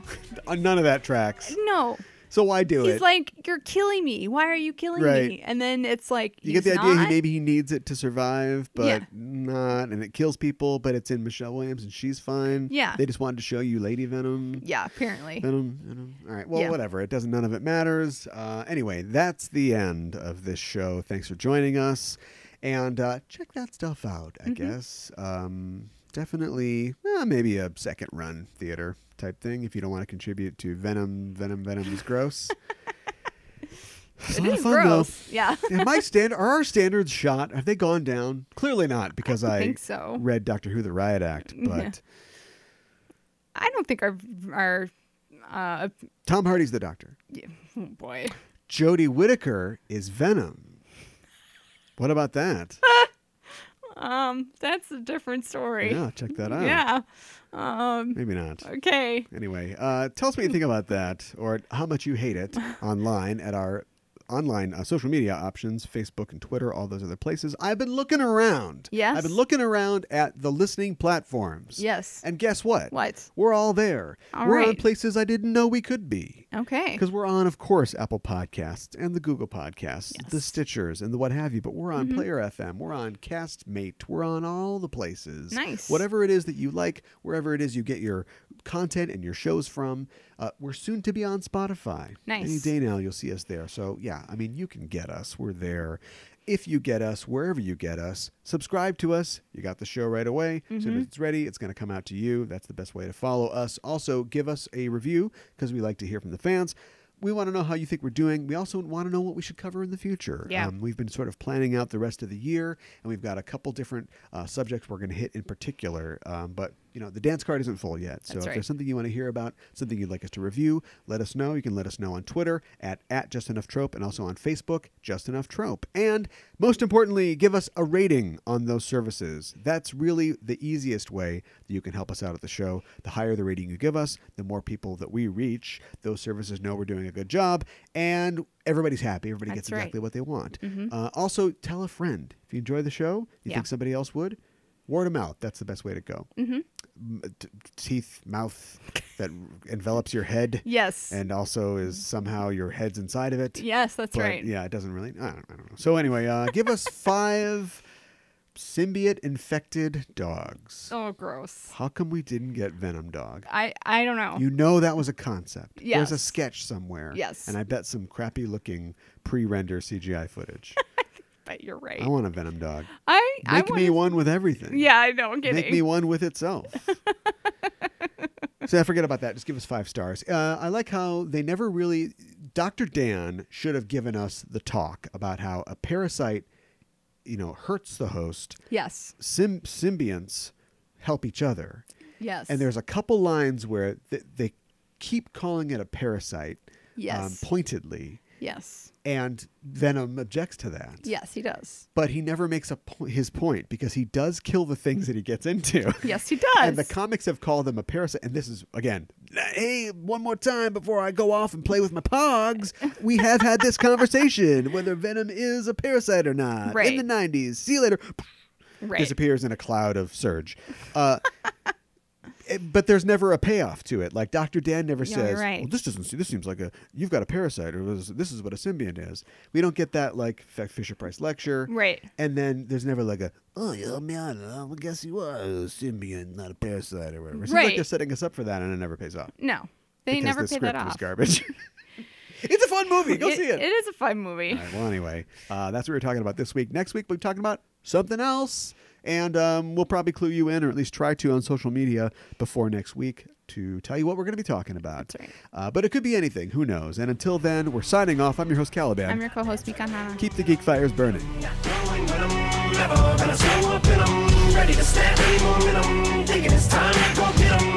Uh, None of that tracks. no. So why do He's it? like, you're killing me. Why are you killing Right. me? And then it's like, you get the he's idea he not. maybe he needs it to survive, but Yeah. not, and it kills people. But it's in Michelle Williams, and she's fine. Yeah. They just wanted to show you Lady Venom. Yeah, apparently. Venom, Venom. All right. Well, Yeah. whatever. It doesn't. None of it matters. Uh, anyway, that's the end of this show. Thanks for joining us, and uh, check that stuff out. I Mm-hmm. guess um, definitely eh, maybe a second run theater type thing if you don't want to contribute to Venom. Venom. Venom is gross. It's It a lot of is fun, though. gross. Yeah. Am my stand are our standards shot? Have they gone down? Clearly not, because I, think so. read Doctor Who: The Riot Act. But I don't think our our uh, Tom Hardy's the Doctor. oh boy. Jodie Whittaker is Venom. What about that? Um, that's a different story. yeah, check that out. Yeah. Um, maybe not. okay. Anyway, uh, tell us what you think about that, or how much you hate it online at our online uh, social media options, Facebook and Twitter, all those other places. I've been looking around. Yes. I've been looking around at the listening platforms. Yes. And guess what? What? We're all there. All we're on right. places I didn't know we could be. Okay. Because we're on, of course, Apple Podcasts and the Google Podcasts, the Stitchers and the what have you. But we're on Mm-hmm. Player FM, we're on Castmate, we're on all the places. Nice. Whatever it is that you like, wherever it is you get your content and your shows from, uh, we're soon to be on Spotify. Any Nice. day now, you'll see us there. So yeah, I mean, you can get us. We're there. If you get us, wherever you get us, subscribe to us. You got the show right away. As soon as it's ready, it's going to come out to you. That's the best way to follow us. Also, give us a review because we like to hear from the fans. We want to know how you think we're doing. We also want to know what we should cover in the future. Yeah. Um, we've been sort of planning out the rest of the year, and we've got a couple different uh, subjects we're going to hit in particular. Um, but you know, the dance card isn't full yet, so That's if right. there's something you want to hear about, something you'd like us to review, let us know. You can let us know on Twitter at, at Just Enough Trope and also on Facebook, Just Enough Trope. And most importantly, give us a rating on those services. That's really the easiest way that you can help us out at the show. The higher the rating you give us, the more people that we reach. Those services know we're doing a good job, and everybody's happy. Everybody gets That's right. Mm-hmm. exactly what they want. Uh, also, tell a friend. If you enjoy the show, you Yeah. think somebody else would, word of mouth. That's the best way to go m- t- teeth, mouth that envelops your head, yes. and also is somehow your head's inside of it. yes, that's but right. Yeah, it doesn't really. I don't, I don't know. So anyway, uh, give us five symbiote infected dogs. Oh, gross. How come we didn't get Venom Dog? I I don't know. You know that was a concept. There's a Oh. Yes. sketch somewhere. Yes. And I bet some crappy looking pre render CGI footage. but you're right. I want a Venom Dog. I I Make want. me one with everything. yeah, I know. I'm kidding. Make me one with itself. so I forget about that. Just give us five stars. Uh, I like how they never really. Dr. Dan should have given us the talk about how a parasite, you know, hurts the host. yes. Sym- symbionts help each other. Yes. And there's a couple lines where th- they keep calling it a parasite um, Yes. pointedly, yes. and Venom objects to that. Yes, he does. But he never makes a po- his point because he does kill the things that he gets into. Yes, he does. And the comics have called him a parasite. And this is, again, hey, one more time before I go off and play with my pogs, we have had this conversation whether Venom is a parasite or not in Right. the 90s. See you later. right. disappears in a cloud of surge. Uh, it- but there's never a payoff to it. Like Dr. Dan never No, you're says, right. well, this doesn't see, this seems like a, you've got a parasite or this, this is what a symbiont is. We don't get that like F- Fisher Price lecture. Right. And then there's never like a, Oh, yeah, man, uh, well, guess you are a symbiote, not a parasite or whatever. it seems like Right. they're setting us up for that and it never pays off. No, they because never the pay script that was off. garbage. it's a fun movie. Go It- see it. It is a fun movie. All right, well, anyway, uh, that's what we were talking about this week. Next week, we'll be talking about something else. And um, we'll probably clue you in, or at least try to, on social media before next week to tell you what we're going to be talking about. That's right. uh, but it could be anything. Who knows? And until then, we're signing off. I'm your host, Caliban. I'm your co-host, Mikan Hana. Keep the geek fires burning. Going with 'em, never gonna slow up in 'em. Ready to snap any momentum. Thinking it's time to go get 'em.